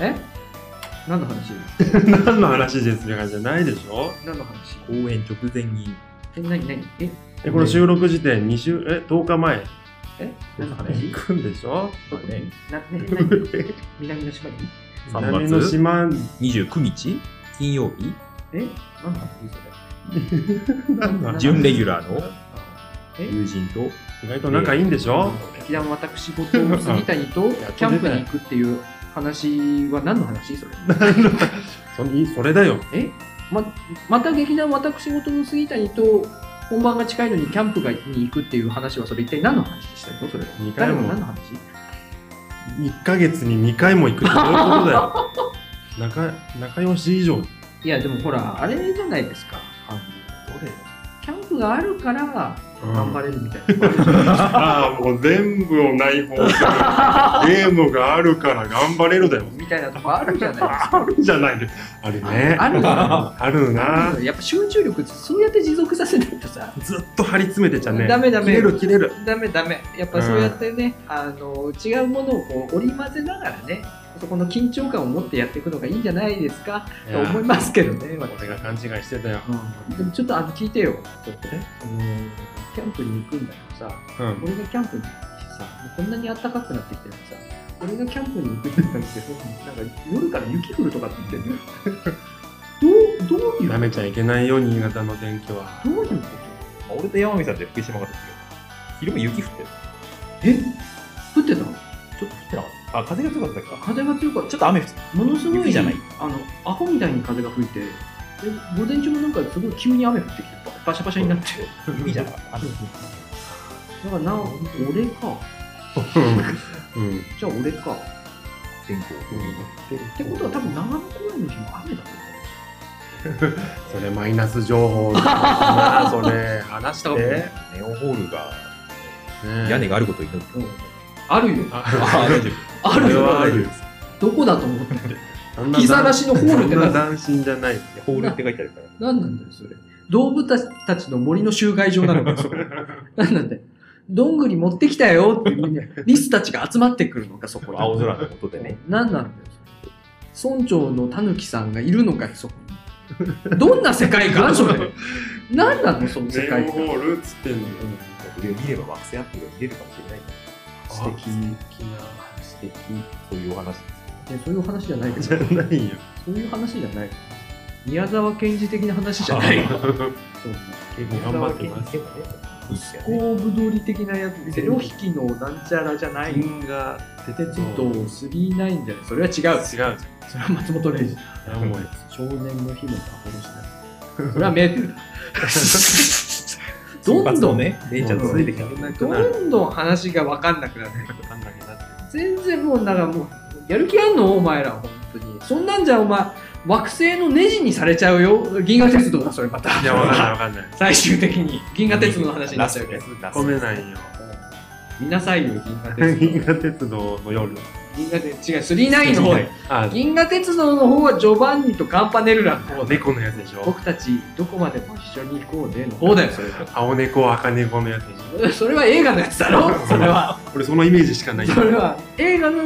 らね。え何の話
何の話ですよ、感じじゃないでしょ
何の話
た。公演直前に。
え、何何え
え、この収録時点、2週、え、10日前。
え何の話
行くんでしょ
まあね、
な、な、な、南の島に
3月
南の島、
29日金曜日
え何の話
何の話
準レギュラーの
え
友人と、
意外と仲いいんでしょ
劇団私事の杉谷とキャンプに行くっていう話は何の話 それ。
そんいそれだよ。
えま、また劇団私事の杉谷と本番が近いのにキャンプがに行くっていう話はそれ一体何の話でしたのそれは
二回
誰の
も
何の話
1ヶ月に2回も行くってどういうことだよ 仲仲良し以上
いやでもほらあれじゃないですかあのキャンプがあるから頑張れるみたいな、
ああもう全部を内包 するゲームがあるから頑張れるだよ
みたいなとこあるじゃないです
あるじゃないですあるね
ある
なあるな
かやっぱ集中力そうやって持続させないとさ
ずっと張り詰めてちゃね
ダメダメ
切れる切れる
ダメダメやっぱそうやってね、あの違うものをこう織り交ぜながらねそこの緊張感を持ってやっていくのがいいんじゃないですかと思いますけどね私
俺が勘違いしてたよ、
でもちょっとあの聞いてよ、ちょっとね、あのキャンプに行くんだけどさ、
うん、
俺がキャンプに行ってさ、もうこんなに暖かくなってきてるのにさ、俺がキャンプに行くって言ったりして、なんか夜から雪降るとかって言ってるの よ。どう、どういう、
なめちゃいけないよ新潟の天気は
どういうこ
まあ俺と山美さんって福島がですけど、昼間雪降ってる。
とえ降ってたの
ちょっと降ってなかった。あ、風が強かったか。
風が強かった。
ちょっと雨降って
ものすご
雪
い、
じゃない
あの、アホみたいに風が吹いて、で午前中もなんかすごい急に雨降ってきて、バシャバシャになって。
た。雪じゃなかった。
だからな、俺か。
うんうん
じゃあ俺か。
天候。
ってことは多分長野公園の日も雨だと思う。
それマイナス情 報だなそれ話して、ね、
ネオンホールが屋根があることを祈る。
あるよ。
あ
ああ、大丈夫。
あ
あ
る
れはあ
よ。
るよ
どこだと思って。
そんな
木晒しのホールって
そんな
何
斬新じゃないですよ
ホールって書いてあるから。
何なんだよ、それ。動物たちの森の集会場なのかよ、それ。何なんだよ。どんぐり持ってきたよってみんな、リスたちが集まってくるのか、そこに。
青空のことでね。
何なんだよそれ村長のたぬきさんがいるのかよそこにどんな世界観それ何なのその世
ネオ
界
ンホ
観
ールっつってんのに
これを見れば惑星アップが見れるかもしれないから。素敵、素敵、そういうお話です。
いやそういう話じゃないけど
じゃ ないよ
そういう話じゃない宮沢賢治的な話じゃないそう
結構頑張ってます
いいっすよね。
大ぶどり的なやつセロ引きのなんちゃらじゃない
銀が
テテチと39じゃないそれは違うそれは
違う
松本零士
じゃんもう
少年の日の幻だそれはメー テルだどんどんね
ね、レイちゃんと出てきた。
なくなる
どんどん話が分かんなくなって
わかんなくなって
全然もうなんかもうやる気あんのお前ら本当にそんなんじゃお前惑星のネジにされちゃうよ銀河鉄道だそれまた
いやわかんないわかんない
最終的に銀河鉄道の話になっちゃうけど
ラス
込めないよ
見なさいよ銀河鉄道
銀 河鉄道の夜
銀河鉄違う39の方へ
あ
銀河鉄道の方はジョバンニとカンパネルラの方で
猫のやつでしょ
僕たちどこまでも一緒に行こうねの方だよそれは
青猫赤猫のやつでしょ
それは映画のやつだろそれは
俺そのイメージしかない
それは映画の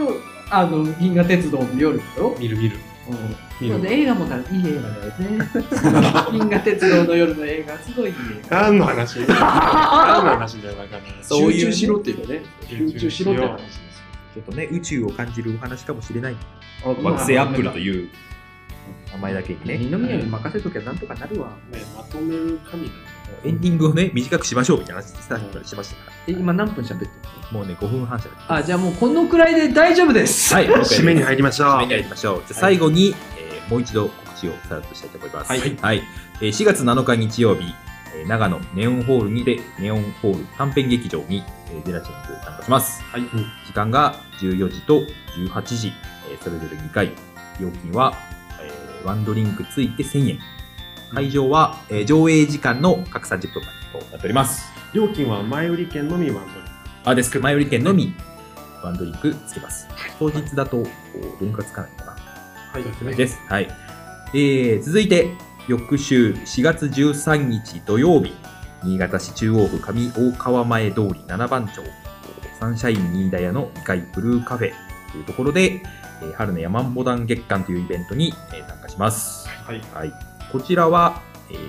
あの銀河鉄道の夜だろ
見る見る
うん
見
そう
る
ね映画もたいい映画だよ ね。銀河鉄道の夜の映画、すごいいい映画。
何の話 何の話だよだから
そういう
集中しろっていうね。集中しろって話です
ちょっとね、宇宙を感じるお話かもしれない。
よ。
惑星アップルという名前だけにね、
二宮に任せときゃなんとかなるわ。
ねまとめる神だね
エンディングをね、短くしましょうみたいな話したしましたか
え、今何分喋ってる
ら、もうね、5分半しゃべって
あ、じゃあもうこのくらいで大丈夫です。
はい、
締めに入りましょう
締めに入りましょう。じゃあ最後に、えーもう一度告知をさらっとしたいと思います。
はい
えー4月7日日曜日、えー長野ネオンホールにて、ネオンホール短編劇場に、えーゼラチンズ参加します。
はい
時間が14時と18時、えーそれぞれ2回。料金は、えーワンドリンクついて1000円。会場は、えー上映時間の各30分前となっております。
料金は前売り券のみワンドリン
あ、です。前売り券のみ、ワンドリンクつけます。当日だと、こう、リンクがつかないかな。
はいですね
です。はい。えー、続いて、翌週4月13日土曜日、新潟市中央区上大川前通り7番町、サンシャイン新田屋の2階ブルーカフェというところで、えー春の山んぼ団月間というイベントに、えー参加します。
はい
はい。こちらは、えー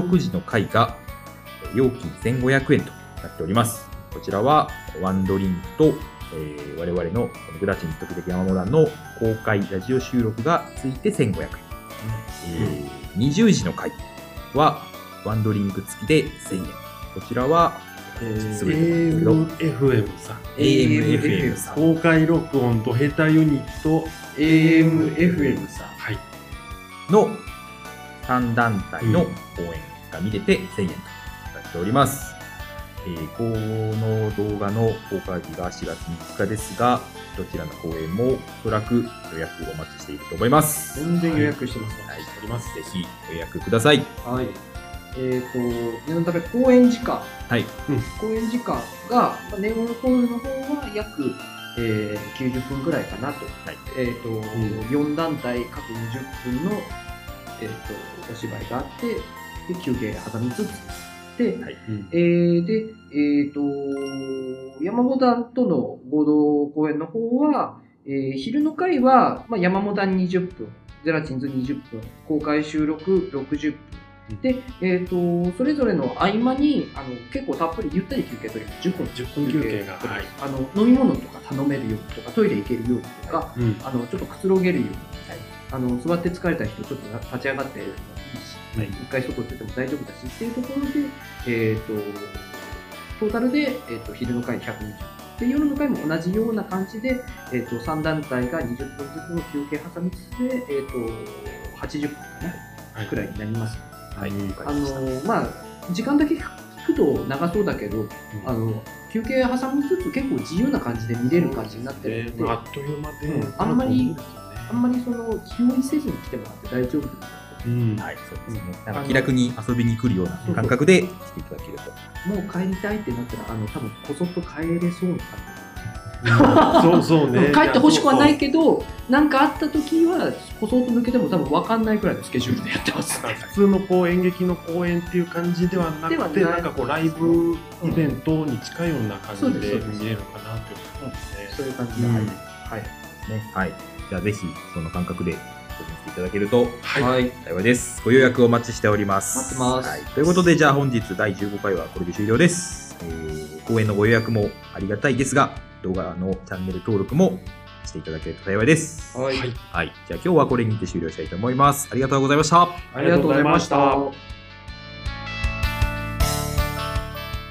16時の回が、えー料金1500円となっております。こちらは、ワンドリンクと、えー我々の、このグラチン特別山モダンの公開ラジオ収録がついて1500円。えー20時の回は、ワンドリンク付きで1000円。こちらは、すぐに出てくるん
AMFM さん
ですけど、AMFM さん。
公開録音とヘタユニット
AMFM さん。
はい
の3団体の応援が見れて1000円となっております。えーこの動画の公開日が4月3日ですが、どちらの公演もおそらく予約をお待ちしていると思います。
全然予約してますね。
はい、
あります
ぜひ予約ください。
はい。えっ、と、念のため公演時間。
はい
うん
公演時間が、まあ、ネオンホールの方は約、えー、90分ぐらいかなと。
はい
えっ、と、4団体各20分の、えっ、と、お芝居があって、で、休憩挟みつつ。で、
はい
うん
えーで、えっ、と、山本団との合同公演の方は、えー昼の会は、まあ、山本団20分、ゼラチンズ20分、公開収録60分。で、えっ、と、それぞれの合間に、あの、結構たっぷりゆったり休憩取ります。10分
10分休憩がはい
あの、飲み物とか頼めるようにとか、トイレ行けるようにとか、
うん
あの、ちょっとくつろげるように、あの、座って疲れた人、ちょっと立ち上がってもいいし、
はい
一回外出ても大丈夫だしっていうところで、えっ、と、トータルで、えっと昼の回120で、夜の回も同じような感じで、えっと3団体が20分ずつの休憩挟みつつで、えっと80分かな、
はい
くらいになります。
はい、
あのまあ、時間だけ聞くと長そうだけど、あの休憩挟みつつ結構自由な感じで見れる感じになってるので、
まああっという間で
うんあんまり
そうですよね
あんまりその気負いせずに来てもらって大丈夫ですよ
うん
はい、そうですね。なんか気楽に遊びに来るような感覚で来ていただけると。
もう帰りたいってなったら、あの、多分こそっと帰れそうな
そうそうね。
帰ってほしくはないけど、なんかあった時は、こそっと抜けても多分分かんないくらいのスケジュールでやってます。
なんか普通のこう演劇の公演っていう感じではな
では
く
な
て
い
なんかこうライブイベントに近いような感じで
そうです
見えるかなって思いますね。
そういう感じ
う
で、
ん
はい。
ね。はい。じゃあぜひ、その感覚で、遊びに来ていただけると
はい。
はい。
幸いです。ご予約をお待ちしております。
待ってます
はい、ということで、じゃあ本日第15回はこれで終了です。えー、公演のご予約もありがたいですが、動画のチャンネル登録もしていただけると幸いです。
はい
はい
はい。じゃあ今日はこれにて終了したいと思います。ありがとうございました。
ありがとうございました。
ありがとうございました